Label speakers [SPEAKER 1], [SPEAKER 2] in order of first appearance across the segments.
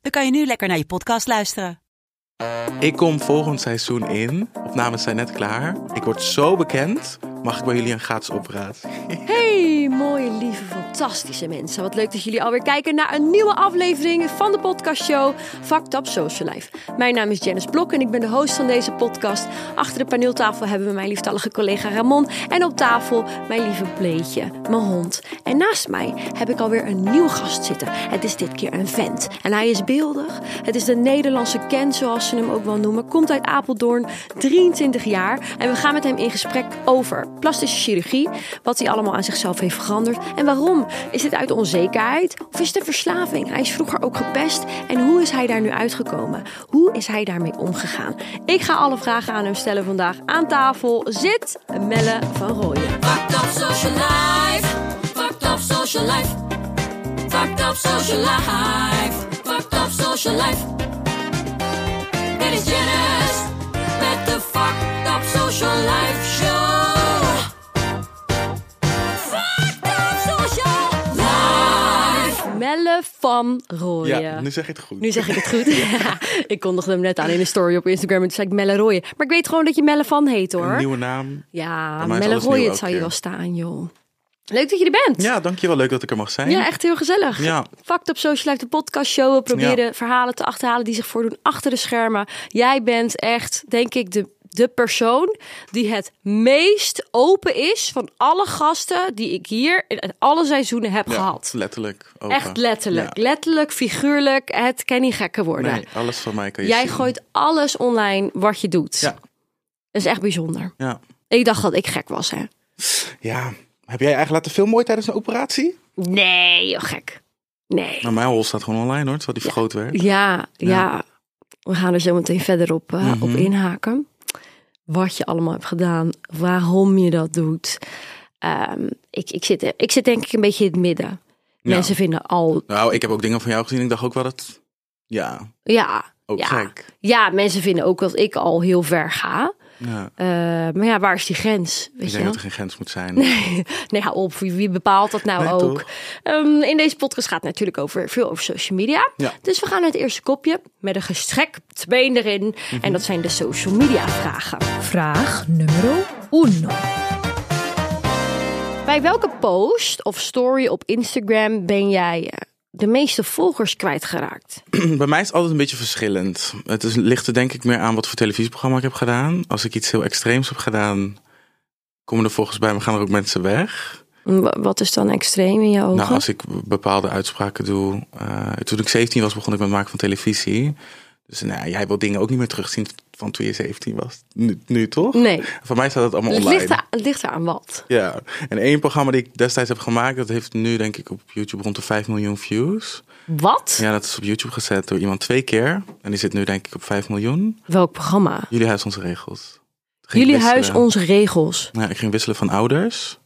[SPEAKER 1] dan kan je nu lekker naar je podcast luisteren.
[SPEAKER 2] Ik kom volgend seizoen in. Opnames zijn net klaar. Ik word zo bekend. Mag ik bij jullie een gratis opraad?
[SPEAKER 3] Hey, mooie, lieve, fantastische mensen. Wat leuk dat jullie alweer kijken naar een nieuwe aflevering van de podcastshow Fucked Up Social Life. Mijn naam is Janice Blok en ik ben de host van deze podcast. Achter de paneeltafel hebben we mijn lieftallige collega Ramon. En op tafel mijn lieve Bleetje, mijn hond. En naast mij heb ik alweer een nieuwe gast zitten. Het is dit keer een vent. En hij is beeldig. Het is de Nederlandse Ken, zoals ze hem ook wel noemen. Komt uit Apeldoorn, 23 jaar. En we gaan met hem in gesprek over plastische chirurgie. Wat hij allemaal aan zichzelf heeft veranderd. En waarom? Is dit uit onzekerheid? Of is het een verslaving? Hij is vroeger ook gepest. En hoe is hij daar nu uitgekomen? Hoe is hij daarmee omgegaan? Ik ga alle vragen aan hem stellen vandaag. Aan tafel zit Melle van Rooyen.
[SPEAKER 4] Fucked up social life. Fucked up social life. Fucked up social life. Fucked up social life. Dit is Jennis met de Fucked up social life show. Fucked up social life.
[SPEAKER 3] Melle van Rooyen.
[SPEAKER 2] Ja, nu zeg je het goed.
[SPEAKER 3] Nu zeg ik het goed. ik kondigde hem net aan in een story op Instagram en toen zei ik Melle Rooyen. Maar ik weet gewoon dat je Melle van heet hoor.
[SPEAKER 2] Een nieuwe naam.
[SPEAKER 3] Ja,
[SPEAKER 2] Bij mij is
[SPEAKER 3] Melle
[SPEAKER 2] alles nieuw
[SPEAKER 3] Roy, het
[SPEAKER 2] elke
[SPEAKER 3] zou je
[SPEAKER 2] keer.
[SPEAKER 3] wel staan, joh. Leuk dat je er bent.
[SPEAKER 2] Ja, dankjewel. Leuk dat ik er mag zijn.
[SPEAKER 3] Ja, echt heel gezellig.
[SPEAKER 2] Ja.
[SPEAKER 3] Fact op Social Life, de podcast show. We proberen verhalen te achterhalen die zich voordoen achter de schermen. Jij bent echt, denk ik, de, de persoon die het meest open is van alle gasten die ik hier in alle seizoenen heb
[SPEAKER 2] Ja,
[SPEAKER 3] gehad.
[SPEAKER 2] Letterlijk. open.
[SPEAKER 3] Echt letterlijk.
[SPEAKER 2] Ja.
[SPEAKER 3] Letterlijk, figuurlijk. Het kan niet gekker worden.
[SPEAKER 2] Nee, alles van mij kan je
[SPEAKER 3] Jij
[SPEAKER 2] zien.
[SPEAKER 3] gooit alles online wat je doet.
[SPEAKER 2] Ja.
[SPEAKER 3] Dat is echt bijzonder.
[SPEAKER 2] Ja.
[SPEAKER 3] Ik dacht dat ik gek was, hè?
[SPEAKER 2] ja. Heb jij eigenlijk laten veel mooi tijdens een operatie?
[SPEAKER 3] Nee, joh, gek. Nee.
[SPEAKER 2] Nou, mijn hol staat gewoon online hoor, terwijl die vergroot werd.
[SPEAKER 3] Ja, ja. We gaan er zo meteen verder op, eh,
[SPEAKER 2] Mhm.
[SPEAKER 3] op inhaken. Wat je allemaal hebt gedaan, waarom je dat doet. Ehm, ik, ik, zit, ik zit denk ik een beetje in het midden.
[SPEAKER 2] Ja.
[SPEAKER 3] Mensen vinden al,
[SPEAKER 2] Nou, ik heb ook dingen van jou gezien. Ik dacht ook wel dat... Ja,
[SPEAKER 3] ja,
[SPEAKER 2] ook
[SPEAKER 3] ja.
[SPEAKER 2] gek.
[SPEAKER 3] ja, mensen vinden ook dat ik al heel ver ga.
[SPEAKER 2] Ja.
[SPEAKER 3] Eh, maar ja, waar is die grens? Weet
[SPEAKER 2] Ik
[SPEAKER 3] je
[SPEAKER 2] denk
[SPEAKER 3] wel?
[SPEAKER 2] dat er geen grens moet zijn.
[SPEAKER 3] Nee, hou op. Wie, wie bepaalt dat nou
[SPEAKER 2] Nee,
[SPEAKER 3] ook?
[SPEAKER 2] toch?
[SPEAKER 3] Ehm, in deze podcast gaat het natuurlijk over, veel over social media.
[SPEAKER 2] Ja.
[SPEAKER 3] Dus we gaan naar het eerste kopje met een gestrekt been erin.
[SPEAKER 2] Mhm.
[SPEAKER 3] En dat zijn de social media vragen.
[SPEAKER 5] Vraag número uno.
[SPEAKER 3] Bij welke post of story op Instagram ben jij eh, de meeste volgers kwijtgeraakt?
[SPEAKER 2] Bij mij is het altijd een beetje verschillend. Het is, ligt er denk ik meer aan wat voor televisieprogramma ik heb gedaan. Als ik iets heel extreems heb gedaan, komen er volgens mij gaan er ook mensen weg.
[SPEAKER 3] Wa- Wat is dan extreem in je ogen?
[SPEAKER 2] Nou, als ik bepaalde uitspraken doe. eh, toen ik 17 was, begon ik met maken van televisie. Dus nou, ja, jij wil dingen ook niet meer terugzien van toen je 17 was. Nu, nu toch?
[SPEAKER 3] Nee,
[SPEAKER 2] Voor mij staat het allemaal
[SPEAKER 3] het
[SPEAKER 2] online.
[SPEAKER 3] ligt, er, het ligt eraan wat.
[SPEAKER 2] Ja, en één programma die ik destijds heb gemaakt, dat heeft nu denk ik op YouTube rond de 5 miljoen views.
[SPEAKER 3] Wat?
[SPEAKER 2] Ja, dat is op YouTube gezet door iemand twee keer. En die zit nu denk ik op 5 miljoen.
[SPEAKER 3] Welk programma?
[SPEAKER 2] Jullie huis onze regels. Toen ging ik
[SPEAKER 3] Jullie
[SPEAKER 2] wisselen.
[SPEAKER 3] huis, onze regels.
[SPEAKER 2] Ja, ik ging wisselen van ouders.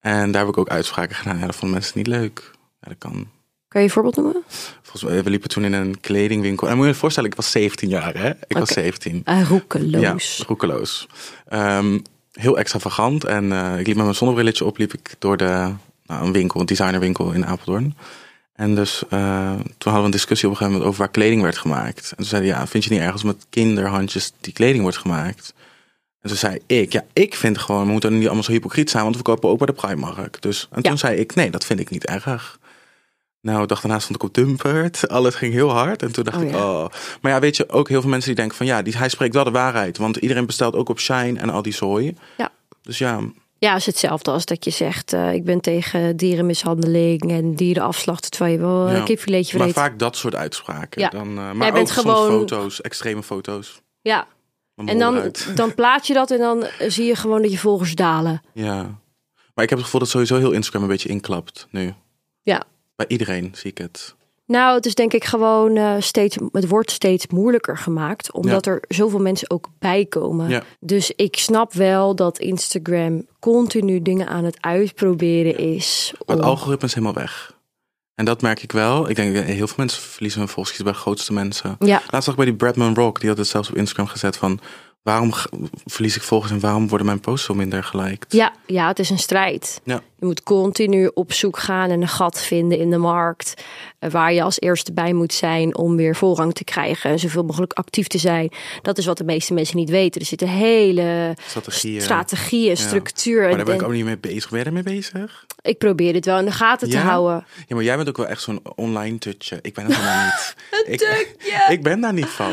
[SPEAKER 2] En daar heb ik ook uitspraken gedaan. Ja, dat vonden mensen niet leuk. Ja, dat kan.
[SPEAKER 3] Kan je een voorbeeld noemen?
[SPEAKER 2] Volgens mij, we liepen toen in een kledingwinkel. En moet je je voorstellen, ik was 17 jaar, hè? Ik was 17.
[SPEAKER 3] Eh, roekeloos.
[SPEAKER 2] Ja, roekeloos. Ehm, heel extravagant. En eh, ik liep met mijn zonnebrilletje op, liep ik door de, nou, een winkel, een designerwinkel in Apeldoorn. En dus eh, toen hadden we een discussie op een gegeven moment over waar kleding werd gemaakt. En toen zeiden ja, vind je niet erg als met kinderhandjes die kleding wordt gemaakt? En toen zei ik, ja, ik vind gewoon, we moeten niet allemaal zo hypocriet zijn, want we kopen ook bij de Primark. Dus, en toen
[SPEAKER 3] Ja.
[SPEAKER 2] zei ik, nee, dat vind ik niet erg. Nou, de dag daarna stond ik op Dumpert. Alles ging heel hard. En toen dacht
[SPEAKER 3] Oh,
[SPEAKER 2] ik,
[SPEAKER 3] ja.
[SPEAKER 2] oh. Maar ja, weet je, ook heel veel mensen die denken van... ja, die, hij spreekt wel de waarheid. Want iedereen bestelt ook op Shine en al die zooi.
[SPEAKER 3] Ja.
[SPEAKER 2] Dus ja,
[SPEAKER 3] Ja, is hetzelfde als dat je zegt: eh, ik ben tegen dierenmishandeling en dierenafslachten, terwijl je wel
[SPEAKER 2] ja.
[SPEAKER 3] een kipfiletje
[SPEAKER 2] maar
[SPEAKER 3] vreet.
[SPEAKER 2] vaak dat soort uitspraken.
[SPEAKER 3] Ja.
[SPEAKER 2] Dan, eh, maar
[SPEAKER 3] Jij
[SPEAKER 2] ook
[SPEAKER 3] bent
[SPEAKER 2] soms
[SPEAKER 3] gewoon-
[SPEAKER 2] foto's, extreme foto's.
[SPEAKER 3] Ja.
[SPEAKER 2] Mijn
[SPEAKER 3] En
[SPEAKER 2] mol
[SPEAKER 3] dan,
[SPEAKER 2] eruit.
[SPEAKER 3] dan plaat je dat en dan eh, zie je gewoon dat je volgers dalen.
[SPEAKER 2] Ja. Maar ik heb het gevoel dat sowieso heel Instagram een beetje inklapt nu.
[SPEAKER 3] Ja.
[SPEAKER 2] Bij iedereen zie ik het.
[SPEAKER 3] Nou, het is denk ik gewoon eh, steeds, het wordt steeds moeilijker gemaakt, omdat
[SPEAKER 2] Ja.
[SPEAKER 3] er zoveel mensen ook bij komen.
[SPEAKER 2] Ja.
[SPEAKER 3] Dus ik snap wel dat Instagram continu dingen aan het uitproberen is.
[SPEAKER 2] Maar het
[SPEAKER 3] om-
[SPEAKER 2] algoritme is helemaal weg. En dat merk ik wel. Ik denk, eh, heel veel mensen verliezen hun volgers bij de grootste mensen.
[SPEAKER 3] Ja,
[SPEAKER 2] Laatst zag ik bij die Bradman Rock, die had het zelfs op Instagram gezet van... waarom g- verlies ik volgers en waarom worden mijn posts zo minder geliked?
[SPEAKER 3] ja, ja, het is een strijd.
[SPEAKER 2] Ja.
[SPEAKER 3] Je moet continu op zoek gaan en een gat vinden in de markt. eh, Waar je als eerste bij moet zijn om weer voorrang te krijgen. En zoveel mogelijk actief te zijn. Dat is wat de meeste mensen niet weten. Er zitten hele
[SPEAKER 2] Strategieën.
[SPEAKER 3] strategieën, structuur.
[SPEAKER 2] Maar daar ben
[SPEAKER 3] en-
[SPEAKER 2] ik ook niet mee bezig. Ben jij daarmee bezig?
[SPEAKER 3] Ik probeer dit wel in de gaten te
[SPEAKER 2] Ja?
[SPEAKER 3] houden.
[SPEAKER 2] Ja, maar jij bent ook wel echt zo'n online tutje. Ik ben dat helemaal niet. ik, ik ben daar niet van.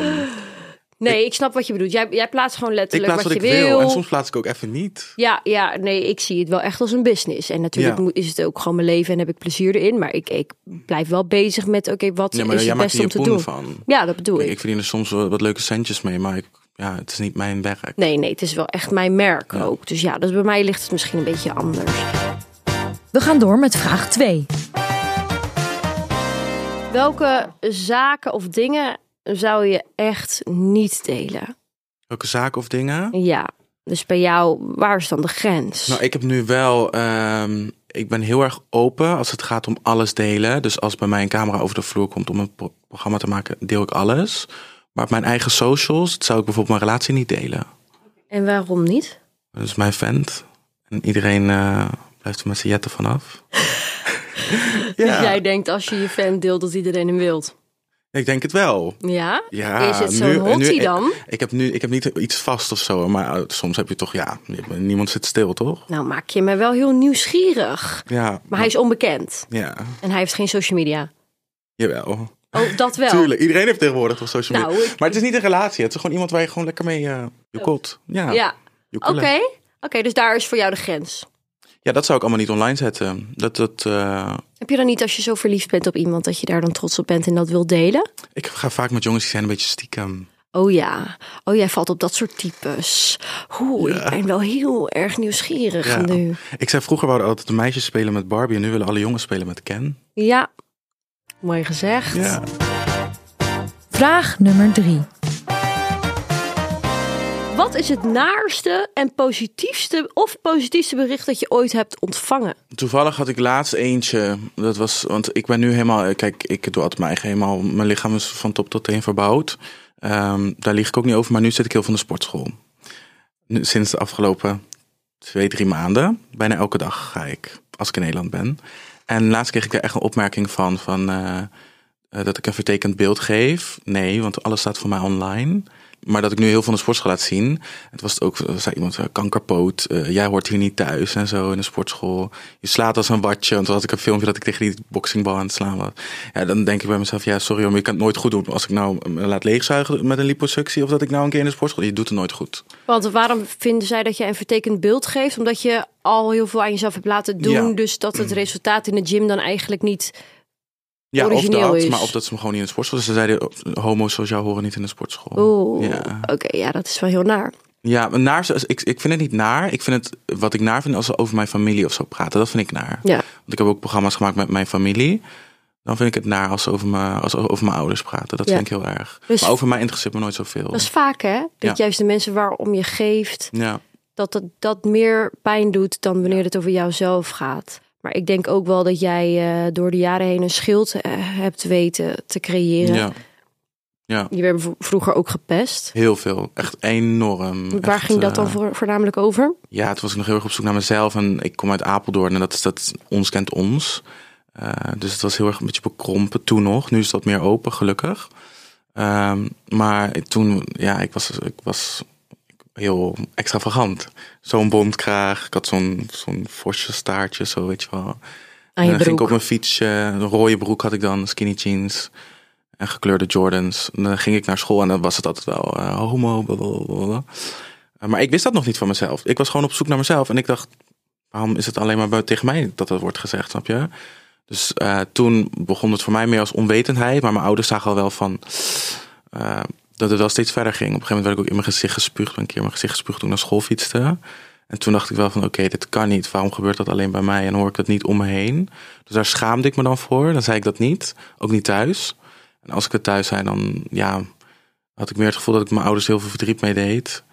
[SPEAKER 3] Nee, ik snap wat je bedoelt. Jij, jij plaatst gewoon
[SPEAKER 2] Ik
[SPEAKER 3] letterlijk
[SPEAKER 2] plaats
[SPEAKER 3] wat,
[SPEAKER 2] wat ik
[SPEAKER 3] je wil.
[SPEAKER 2] wil. En soms plaats ik ook even niet.
[SPEAKER 3] Ja, ja, nee, ik zie het wel echt als een business. En natuurlijk
[SPEAKER 2] Ja.
[SPEAKER 3] moet- is het ook gewoon mijn leven en heb ik plezier erin. Maar ik, ik blijf wel bezig met, oké, wat
[SPEAKER 2] Ja, maar
[SPEAKER 3] is
[SPEAKER 2] jij
[SPEAKER 3] het
[SPEAKER 2] maakt
[SPEAKER 3] beste
[SPEAKER 2] hier
[SPEAKER 3] om
[SPEAKER 2] je
[SPEAKER 3] te
[SPEAKER 2] poen
[SPEAKER 3] doen?
[SPEAKER 2] van.
[SPEAKER 3] Ja, dat bedoel
[SPEAKER 2] Ik,
[SPEAKER 3] ik.
[SPEAKER 2] ik verdien er soms wel wat leuke centjes mee, maar ik, ja, het is niet mijn werk.
[SPEAKER 3] Nee, nee, het is wel echt mijn merk
[SPEAKER 2] Ja.
[SPEAKER 3] ook. Dus ja, dus bij mij ligt het misschien een beetje anders.
[SPEAKER 5] We gaan door met vraag 2.
[SPEAKER 3] Welke zaken of dingen zou je echt niet delen?
[SPEAKER 2] Welke zaken of dingen?
[SPEAKER 3] Ja, dus bij jou, waar is dan de grens?
[SPEAKER 2] Nou, ik heb nu wel. ehm, ik ben heel erg open als het gaat om alles delen. Dus als bij mij een camera over de vloer komt om een pro- programma te maken, deel ik alles. Maar op mijn eigen socials zou ik bijvoorbeeld mijn relatie niet delen.
[SPEAKER 3] En waarom niet?
[SPEAKER 2] Dat is mijn vent. En iedereen eh, blijft er met zijn jetten vanaf.
[SPEAKER 3] Dus jij denkt als je je fan deelt dat iedereen hem wilt.
[SPEAKER 2] ik denk het wel.
[SPEAKER 3] Ja?
[SPEAKER 2] Ja,
[SPEAKER 3] Is het
[SPEAKER 2] nu-
[SPEAKER 3] zo'n
[SPEAKER 2] nu-
[SPEAKER 3] hottie
[SPEAKER 2] ik-
[SPEAKER 3] dan?
[SPEAKER 2] Ik, heb nu, ik heb niet iets vast of zo, maar eh, soms heb je toch, ja, niemand zit stil, toch?
[SPEAKER 3] Nou maak je mij wel heel nieuwsgierig.
[SPEAKER 2] Ja.
[SPEAKER 3] Maar hij is onbekend.
[SPEAKER 2] Ja,
[SPEAKER 3] En hij heeft geen social media.
[SPEAKER 2] jawel.
[SPEAKER 3] Oh, dat wel.
[SPEAKER 2] Tuurlijk, iedereen heeft tegenwoordig toch social media.
[SPEAKER 3] Nou, ik-
[SPEAKER 2] maar het is niet een relatie, het is gewoon iemand waar je gewoon lekker mee eh je kot. Ja,
[SPEAKER 3] Ja.
[SPEAKER 2] je
[SPEAKER 3] Oké.
[SPEAKER 2] koelen.
[SPEAKER 3] Oké, dus daar is voor jou de grens.
[SPEAKER 2] Ja, dat zou ik allemaal niet online zetten. Dat, dat, eh,
[SPEAKER 3] Heb je dan niet als je zo verliefd bent op iemand dat je daar dan trots op bent en dat wil delen?
[SPEAKER 2] ik ga vaak met jongens die zijn een beetje stiekem.
[SPEAKER 3] Oh ja. Oh, jij valt op dat soort types. Oeh, ik ben wel heel erg nieuwsgierig
[SPEAKER 2] Ja.
[SPEAKER 3] nu.
[SPEAKER 2] Ik zei vroeger wouden altijd de meisjes spelen met Barbie en nu willen alle jongens spelen met Ken.
[SPEAKER 3] Ja. Mooi gezegd.
[SPEAKER 2] Ja.
[SPEAKER 5] Vraag nummer 3.
[SPEAKER 3] Wat is het naarste en positiefste of positiefste bericht dat je ooit hebt ontvangen?
[SPEAKER 2] Toevallig had ik laatst eentje. Dat was, want ik ben nu helemaal. Kijk, ik doe altijd mijn eigen helemaal. Mijn lichaam is van top tot teen verbouwd. Ehm, daar lieg ik ook niet over. Maar nu zit ik heel van de sportschool. Nu, sinds de afgelopen twee, drie maanden. Bijna elke dag ga ik. Als ik in Nederland ben. En laatst kreeg ik daar echt een opmerking van. van eh, eh, dat ik een vertekend beeld geef. Nee, want alles staat voor mij online. Maar dat ik nu heel van de sportschool laat zien. Het was ook, eh, zei iemand, eh, kankerpoot. eh, jij hoort hier niet thuis en zo in de sportschool. Je slaat als een watje. En toen had ik een filmpje dat ik tegen die boxingbal aan het slaan was. Ja, dan denk ik bij mezelf, ja, sorry, maar je kan het nooit goed doen. Als ik nou eh, me laat leegzuigen met een liposuctie. Of dat ik nou een keer in de sportschool. Je doet het nooit goed.
[SPEAKER 3] Want waarom vinden zij dat je een vertekend beeld geeft? Omdat je al heel veel aan jezelf hebt laten doen.
[SPEAKER 2] Ja. Mm.
[SPEAKER 3] Dus dat het resultaat in de gym dan eigenlijk niet.
[SPEAKER 2] Ja, of
[SPEAKER 3] Origineel
[SPEAKER 2] dat,
[SPEAKER 3] is.
[SPEAKER 2] maar of dat ze me gewoon niet in de sportschool. Dus ze zeiden, eh, homo's zoals jou horen niet in de sportschool.
[SPEAKER 3] Oeh,
[SPEAKER 2] Ja.
[SPEAKER 3] oké, ja, dat is wel heel naar.
[SPEAKER 2] Ja, maar naar, ze- ik, ik vind het niet naar. Ik vind het, wat ik naar vind als ze over mijn familie of zo praten, dat vind ik naar.
[SPEAKER 3] Ja.
[SPEAKER 2] Want ik heb ook programma's gemaakt met mijn familie. Dan vind ik het naar als ze over mijn, als ze over mijn ouders praten. Dat
[SPEAKER 3] Ja.
[SPEAKER 2] vind ik heel erg.
[SPEAKER 3] Dus-
[SPEAKER 2] maar over mij interesseert me nooit zoveel.
[SPEAKER 3] Dat is vaak, hè? Dat
[SPEAKER 2] Ja.
[SPEAKER 3] juist de mensen waarom je geeft,
[SPEAKER 2] Ja.
[SPEAKER 3] dat, dat dat meer pijn doet dan wanneer het over jouzelf gaat. Maar ik denk ook wel dat jij eh, door de jaren heen een schild eh, hebt weten te creëren.
[SPEAKER 2] ja,
[SPEAKER 3] Je werd v- vroeger ook gepest.
[SPEAKER 2] heel veel. Echt enorm.
[SPEAKER 3] Waar
[SPEAKER 2] Echt,
[SPEAKER 3] ging dat dan
[SPEAKER 2] eh,
[SPEAKER 3] voor, voornamelijk over?
[SPEAKER 2] Ja, toen was ik nog heel erg op zoek naar mezelf. En ik kom uit Apeldoorn en dat is dat ons kent ons. Eh, dus het was heel erg een beetje bekrompen toen nog. Nu is dat meer open, gelukkig. Ehm, maar toen, ja, ik was, ik was heel extravagant. Zo'n bondkraag, ik had zo'n zo'n forsje staartje, zo weet je wel.
[SPEAKER 3] Aan je
[SPEAKER 2] en dan ging ik
[SPEAKER 3] broek.
[SPEAKER 2] op mijn fietsje, een rode broek had ik dan, skinny jeans en gekleurde Jordans. En dan ging ik naar school en dan was het altijd wel eh, homo. blablabla. Eh, Maar ik wist dat nog niet van mezelf. Ik was gewoon op zoek naar mezelf en ik dacht, waarom is het alleen maar bij- tegen mij dat dat wordt gezegd, snap je? Dus eh, toen begon het voor mij meer als onwetendheid, maar mijn ouders zagen al wel van eh, dat het wel steeds verder ging. Op een gegeven moment werd ik ook in mijn gezicht gespuugd, ben een keer in mijn gezicht gespuugd toen ik naar school fietste. En toen dacht ik wel van oké, dit kan niet. Waarom gebeurt dat alleen bij mij en hoor ik dat niet om me heen? Dus daar schaamde ik me dan voor. Dan zei ik dat niet. Ook niet thuis. En als ik het thuis zei, dan ja, had ik meer het gevoel dat ik mijn ouders heel veel verdriet mee deed.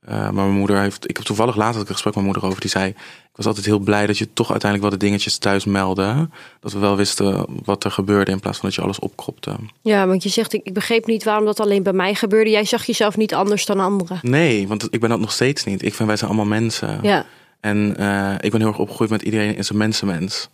[SPEAKER 2] Eh, maar mijn moeder heeft. Ik heb toevallig laatst had ik een gesprek met mijn moeder over. Die zei: Ik was altijd heel blij dat je toch uiteindelijk wel de dingetjes thuis meldde. Dat we wel wisten wat er gebeurde in plaats van dat je alles opkropte.
[SPEAKER 3] Ja, want je zegt, ik, ik begreep niet waarom dat alleen bij mij gebeurde. Jij zag jezelf niet anders dan anderen.
[SPEAKER 2] Nee, want ik ben dat nog steeds niet. Ik vind wij zijn allemaal mensen.
[SPEAKER 3] Ja,
[SPEAKER 2] En eh, ik ben heel erg opgegroeid met iedereen is een mensenmens.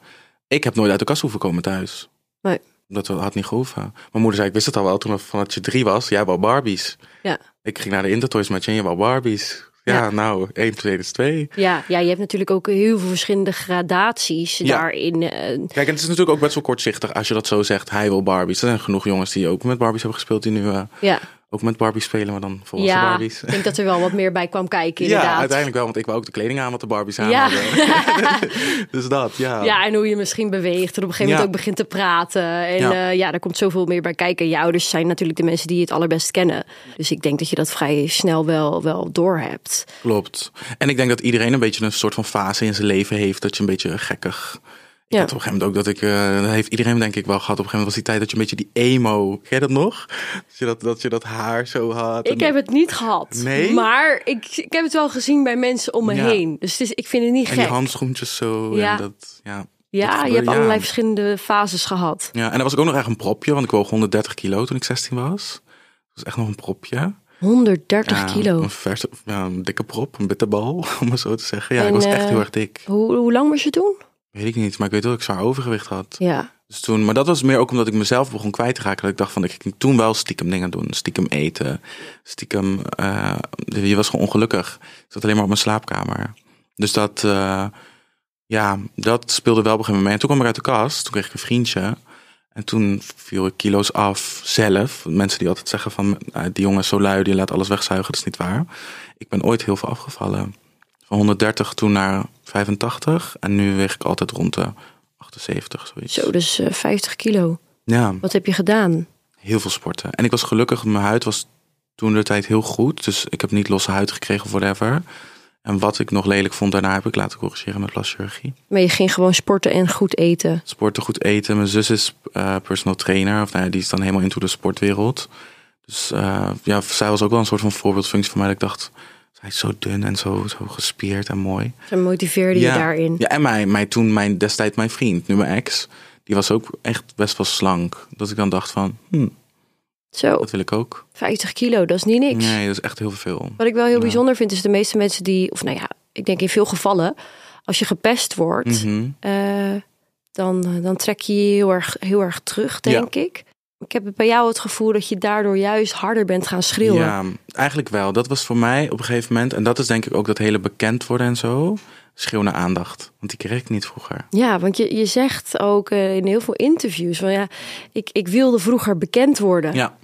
[SPEAKER 2] Ik heb nooit uit de kast hoeven komen thuis.
[SPEAKER 3] Nee.
[SPEAKER 2] Dat had niet gehoeven. Mijn moeder zei, ik wist het al wel toen van dat je drie was. Jij wou Barbies.
[SPEAKER 3] ja.
[SPEAKER 2] Ik ging naar de Intertoys met je en je wou Barbies. Ja,
[SPEAKER 3] Ja.
[SPEAKER 2] nou, één, twee is twee.
[SPEAKER 3] Ja, ja, je hebt natuurlijk ook heel veel verschillende gradaties
[SPEAKER 2] Ja.
[SPEAKER 3] daarin. eh,
[SPEAKER 2] Kijk, en het is natuurlijk ook best wel kortzichtig als je dat zo zegt. Hij wil Barbies. Er zijn genoeg jongens die ook met Barbies hebben gespeeld. Die nu eh,
[SPEAKER 3] ja,
[SPEAKER 2] ook met Barbies spelen, maar dan volwassen
[SPEAKER 3] ja
[SPEAKER 2] Barbies.
[SPEAKER 3] ik denk dat er wel wat meer bij kwam kijken inderdaad.
[SPEAKER 2] Ja, uiteindelijk wel. Want ik wou ook de kleding aan wat de Barbies aan
[SPEAKER 3] Ja.
[SPEAKER 2] hadden. dus dat,
[SPEAKER 3] Ja, en hoe je misschien beweegt en op een gegeven moment
[SPEAKER 2] Ja.
[SPEAKER 3] ook begint te praten. En ja.
[SPEAKER 2] Ja.
[SPEAKER 3] ja, daar komt zoveel meer bij kijken. Je ouders zijn natuurlijk de mensen die je het allerbest kennen. Dus ik denk dat je dat vrij snel wel, wel doorhebt.
[SPEAKER 2] Klopt. En ik denk dat iedereen een beetje een soort van fase in zijn leven heeft dat je een beetje gekkig. Ik
[SPEAKER 3] Ja.
[SPEAKER 2] had op een gegeven moment ook dat ik, eh, dat heeft iedereen denk ik wel gehad. Op een gegeven moment was die tijd dat je een beetje die emo, ken je dat nog? Dat je dat, dat, je dat haar zo had.
[SPEAKER 3] Ik
[SPEAKER 2] en-
[SPEAKER 3] heb het niet gehad.
[SPEAKER 2] Nee?
[SPEAKER 3] Maar ik, ik heb het wel gezien bij mensen om me
[SPEAKER 2] Ja.
[SPEAKER 3] heen. Dus het is, ik vind het niet
[SPEAKER 2] En
[SPEAKER 3] gek.
[SPEAKER 2] die handschoentjes zo.
[SPEAKER 3] Ja.
[SPEAKER 2] En dat, ja, dat
[SPEAKER 3] ja, je
[SPEAKER 2] gebeurde,
[SPEAKER 3] hebt
[SPEAKER 2] ja.
[SPEAKER 3] allerlei verschillende fases gehad.
[SPEAKER 2] Ja, en dan was ik ook nog echt een propje, want ik woog 130 kilo toen ik 16 was. Dat was echt nog een propje.
[SPEAKER 3] 130
[SPEAKER 2] Ja,
[SPEAKER 3] kilo.
[SPEAKER 2] Een, verse, ja, een dikke prop, een bitterbal, om het zo te zeggen. Ja,
[SPEAKER 3] En,
[SPEAKER 2] ik was echt
[SPEAKER 3] eh,
[SPEAKER 2] heel erg dik.
[SPEAKER 3] Hoe, hoe lang was je toen?
[SPEAKER 2] Weet ik niet, maar ik weet wel dat ik zwaar overgewicht had.
[SPEAKER 3] Ja.
[SPEAKER 2] Dus toen, maar dat was meer ook omdat ik mezelf begon kwijt te raken. Dat ik dacht van, ik ging toen wel stiekem dingen doen. Stiekem eten, stiekem... eh, je was gewoon ongelukkig. Ik zat alleen maar op mijn slaapkamer. Dus dat, eh, ja, dat speelde wel op een gegeven moment. En toen kwam ik uit de kast, toen kreeg ik een vriendje. En toen viel ik kilo's af zelf. Mensen die altijd zeggen van, eh, die jongen is zo lui, die laat alles wegzuigen. Dat is niet waar. Ik ben ooit heel veel afgevallen. Van 130 toen naar 85. En nu weeg ik altijd rond de 78, zoiets.
[SPEAKER 3] Zo, dus eh, 50 kilo.
[SPEAKER 2] Ja,
[SPEAKER 3] Wat heb je gedaan?
[SPEAKER 2] heel veel sporten. En ik was gelukkig, mijn huid was toen de tijd heel goed. Dus ik heb niet losse huid gekregen of whatever. En wat ik nog lelijk vond, daarna heb ik laten corrigeren met plastische chirurgie.
[SPEAKER 3] Maar je ging gewoon sporten en goed eten.
[SPEAKER 2] Sporten, goed eten. Mijn zus is eh, personal trainer. Of nou ja, die is dan helemaal into de sportwereld. Dus eh, ja, zij was ook wel een soort van voorbeeldfunctie voor mij. Dat ik dacht, zij is zo dun en zo, zo gespierd en mooi.
[SPEAKER 3] Ze motiveerde
[SPEAKER 2] ja.
[SPEAKER 3] je daarin.
[SPEAKER 2] Ja, en mijn, mijn, toen mijn, destijds mijn vriend, nu mijn ex. Die was ook echt best wel slank. Dat ik dan dacht van, hm,
[SPEAKER 3] Zo,
[SPEAKER 2] dat wil ik ook.
[SPEAKER 3] 50 kilo, dat is niet niks.
[SPEAKER 2] Nee, dat is echt heel veel.
[SPEAKER 3] Wat ik wel heel bijzonder vind, is de meeste mensen die, of nou ja, ik denk in veel gevallen, als je gepest wordt,
[SPEAKER 2] Mhm.
[SPEAKER 3] eh, dan, dan trek je je heel erg, heel erg terug, denk ik. Ik heb bij jou het gevoel dat je daardoor juist harder bent gaan schreeuwen.
[SPEAKER 2] Ja, eigenlijk wel. Dat was voor mij op een gegeven moment. En dat is denk ik ook dat hele bekend worden en zo. Schreeuw naar aandacht. Want die kreeg ik niet vroeger.
[SPEAKER 3] Ja, want je, je zegt ook eh, in heel veel interviews van ja, ik, ik wilde vroeger bekend worden.
[SPEAKER 2] Ja.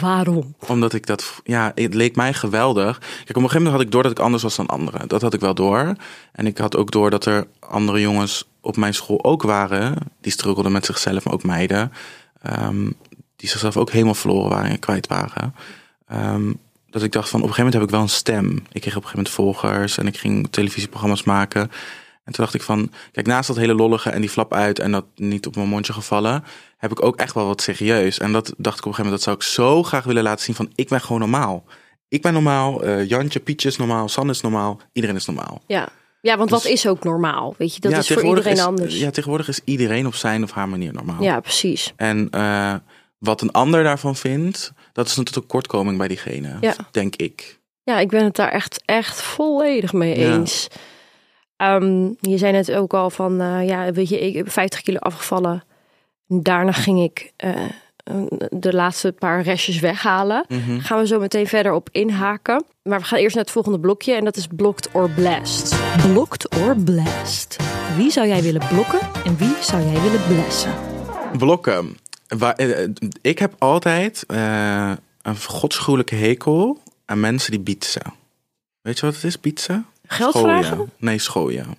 [SPEAKER 3] Waarom?
[SPEAKER 2] Omdat ik dat. Ja, het leek mij geweldig. Kijk, op een gegeven moment had ik door dat ik anders was dan anderen. Dat had ik wel door. En ik had ook door dat er andere jongens op mijn school ook waren. Die struggelden met zichzelf, maar ook meiden. ehm, die zichzelf ook helemaal verloren waren en kwijt waren. Ehm, dat ik dacht van op een gegeven moment heb ik wel een stem. Ik kreeg op een gegeven moment volgers en ik ging televisieprogramma's maken. En toen dacht ik van, kijk, naast dat hele lollige en die flap uit en dat niet op mijn mondje gevallen, heb ik ook echt wel wat serieus. En dat dacht ik op een gegeven moment, dat zou ik zo graag willen laten zien van, ik ben gewoon normaal. Ik ben normaal, eh, Jantje, Pietje is normaal, San is normaal, iedereen is normaal.
[SPEAKER 3] Ja, ja want wat
[SPEAKER 2] Dus-
[SPEAKER 3] is ook normaal? Weet je, dat is voor
[SPEAKER 2] tegenwoordig
[SPEAKER 3] iedereen
[SPEAKER 2] is-
[SPEAKER 3] anders.
[SPEAKER 2] Ja, tegenwoordig is iedereen op zijn of haar manier normaal.
[SPEAKER 3] ja, precies.
[SPEAKER 2] En eh, wat een ander daarvan vindt, dat is een tekortkoming bij diegene,
[SPEAKER 3] Ja.
[SPEAKER 2] denk ik.
[SPEAKER 3] Ja, ik ben het daar echt, echt volledig mee
[SPEAKER 2] Ja.
[SPEAKER 3] eens. Ehm, je zei net ook al van, eh, ja, weet je, ik heb 50 kilo afgevallen. Daarna ging ik eh, de laatste paar restjes weghalen.
[SPEAKER 2] Mhm.
[SPEAKER 3] Gaan we zo meteen verder op inhaken. Maar we gaan eerst naar het volgende blokje en dat is blocked or blessed.
[SPEAKER 5] Blokt or blessed. Wie zou jij willen blokken en wie zou jij willen blessen?
[SPEAKER 2] Blokken. Waar- eh, eh, ik heb altijd eh, een godschuwelijke hekel aan mensen die bietsen. Weet je wat het is, bietsen?
[SPEAKER 3] Geld
[SPEAKER 2] Schooien.
[SPEAKER 3] vragen?
[SPEAKER 2] Nee, schooien.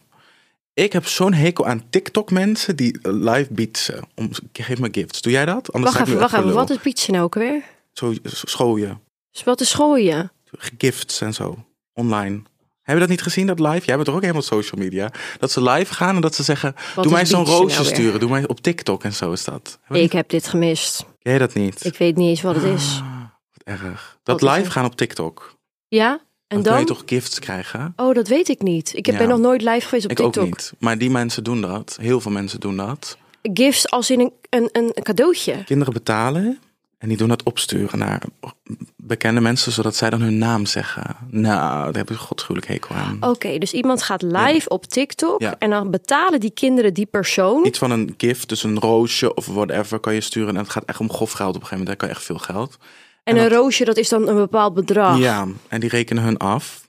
[SPEAKER 2] Ik heb zo'n hekel aan TikTok-mensen die eh, live bietsen. Om, geef me gifts. Doe jij dat? Anders
[SPEAKER 3] Wacht even, wacht even. Wat is pizza nou ook weer?
[SPEAKER 2] Zo, schooien.
[SPEAKER 3] Dus wat is schooien?
[SPEAKER 2] Gifts en zo. Online. Heb je dat niet gezien, dat live? Jij bent toch ook helemaal social media? Dat ze live gaan en dat ze zeggen,
[SPEAKER 3] Wat
[SPEAKER 2] doe mij
[SPEAKER 3] is
[SPEAKER 2] zo'n
[SPEAKER 3] beatsen nou
[SPEAKER 2] roosje
[SPEAKER 3] weer?
[SPEAKER 2] sturen. Doe mij op TikTok en zo is dat. Heb je
[SPEAKER 3] Ik heb dit gemist.
[SPEAKER 2] Ken je dat niet?
[SPEAKER 3] Ik weet niet eens wat het is.
[SPEAKER 2] Wat erg. Dat
[SPEAKER 3] Wat is
[SPEAKER 2] live
[SPEAKER 3] er?
[SPEAKER 2] gaan op TikTok.
[SPEAKER 3] Ja? En
[SPEAKER 2] Dan kun je
[SPEAKER 3] dan?
[SPEAKER 2] toch gifts krijgen?
[SPEAKER 3] Oh, dat weet ik niet. Ik heb-
[SPEAKER 2] Ja.
[SPEAKER 3] ben nog nooit live geweest op
[SPEAKER 2] Ik ook
[SPEAKER 3] TikTok.
[SPEAKER 2] niet. Maar die mensen doen dat. Heel veel mensen doen dat.
[SPEAKER 3] Gifts als in een, een, een cadeautje.
[SPEAKER 2] Kinderen betalen en die doen dat opsturen naar bekende mensen, zodat zij dan hun naam zeggen. Nou, daar heb ik een godschuwelijk hekel aan.
[SPEAKER 3] Oké, dus iemand gaat live op TikTok
[SPEAKER 2] Ja.
[SPEAKER 3] en dan betalen die kinderen die persoon.
[SPEAKER 2] Iets van een gift, dus een roosje of whatever, kan je sturen. En het gaat echt om grof geld op een gegeven moment. Daar kan je echt veel geld.
[SPEAKER 3] en een roosje, dat is dan een bepaald bedrag.
[SPEAKER 2] Ja, en die rekenen hun af.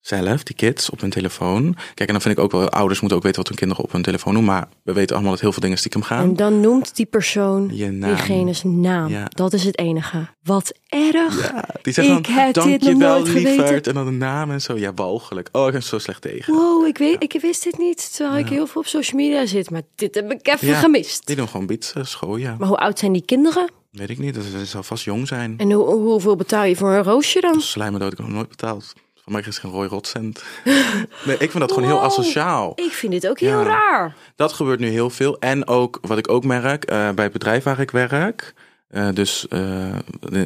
[SPEAKER 2] Zelf, die kids, op hun telefoon. Kijk, en dan vind ik ook wel, ouders moeten ook weten wat hun kinderen op hun telefoon doen. Maar we weten allemaal dat heel veel dingen stiekem gaan.
[SPEAKER 3] En dan noemt die persoon
[SPEAKER 2] Je naam.
[SPEAKER 3] diegene's naam.
[SPEAKER 2] Ja.
[SPEAKER 3] Dat is het enige. Wat erg.
[SPEAKER 2] Ja, die zeggen
[SPEAKER 3] Ik
[SPEAKER 2] dan,
[SPEAKER 3] heb dit nog
[SPEAKER 2] dankjewel
[SPEAKER 3] nooit geweten."
[SPEAKER 2] lieverd. En dan de naam en zo. Ja, walgelijk. Oh, ik ben zo slecht tegen.
[SPEAKER 3] Wow, ik, weet, ik wist dit niet, terwijl ik heel veel op social media zit. Maar dit heb ik even
[SPEAKER 2] Ja.
[SPEAKER 3] gemist.
[SPEAKER 2] Die doen gewoon bietsen, schooien.
[SPEAKER 3] Maar hoe oud zijn die kinderen?
[SPEAKER 2] Weet ik niet, dat ze zal vast jong zijn.
[SPEAKER 3] En hoe, hoeveel betaal je voor een roosje dan?
[SPEAKER 2] Slijmen dood, ik heb nog nooit betaald. Van mij is geen rooi rotcent. nee, ik vind dat gewoon heel
[SPEAKER 3] Wow.
[SPEAKER 2] asociaal.
[SPEAKER 3] Ik vind dit ook heel
[SPEAKER 2] Ja.
[SPEAKER 3] raar.
[SPEAKER 2] Dat gebeurt nu heel veel. En ook, wat ik ook merk, eh, bij het bedrijf waar ik werk, eh, dus eh,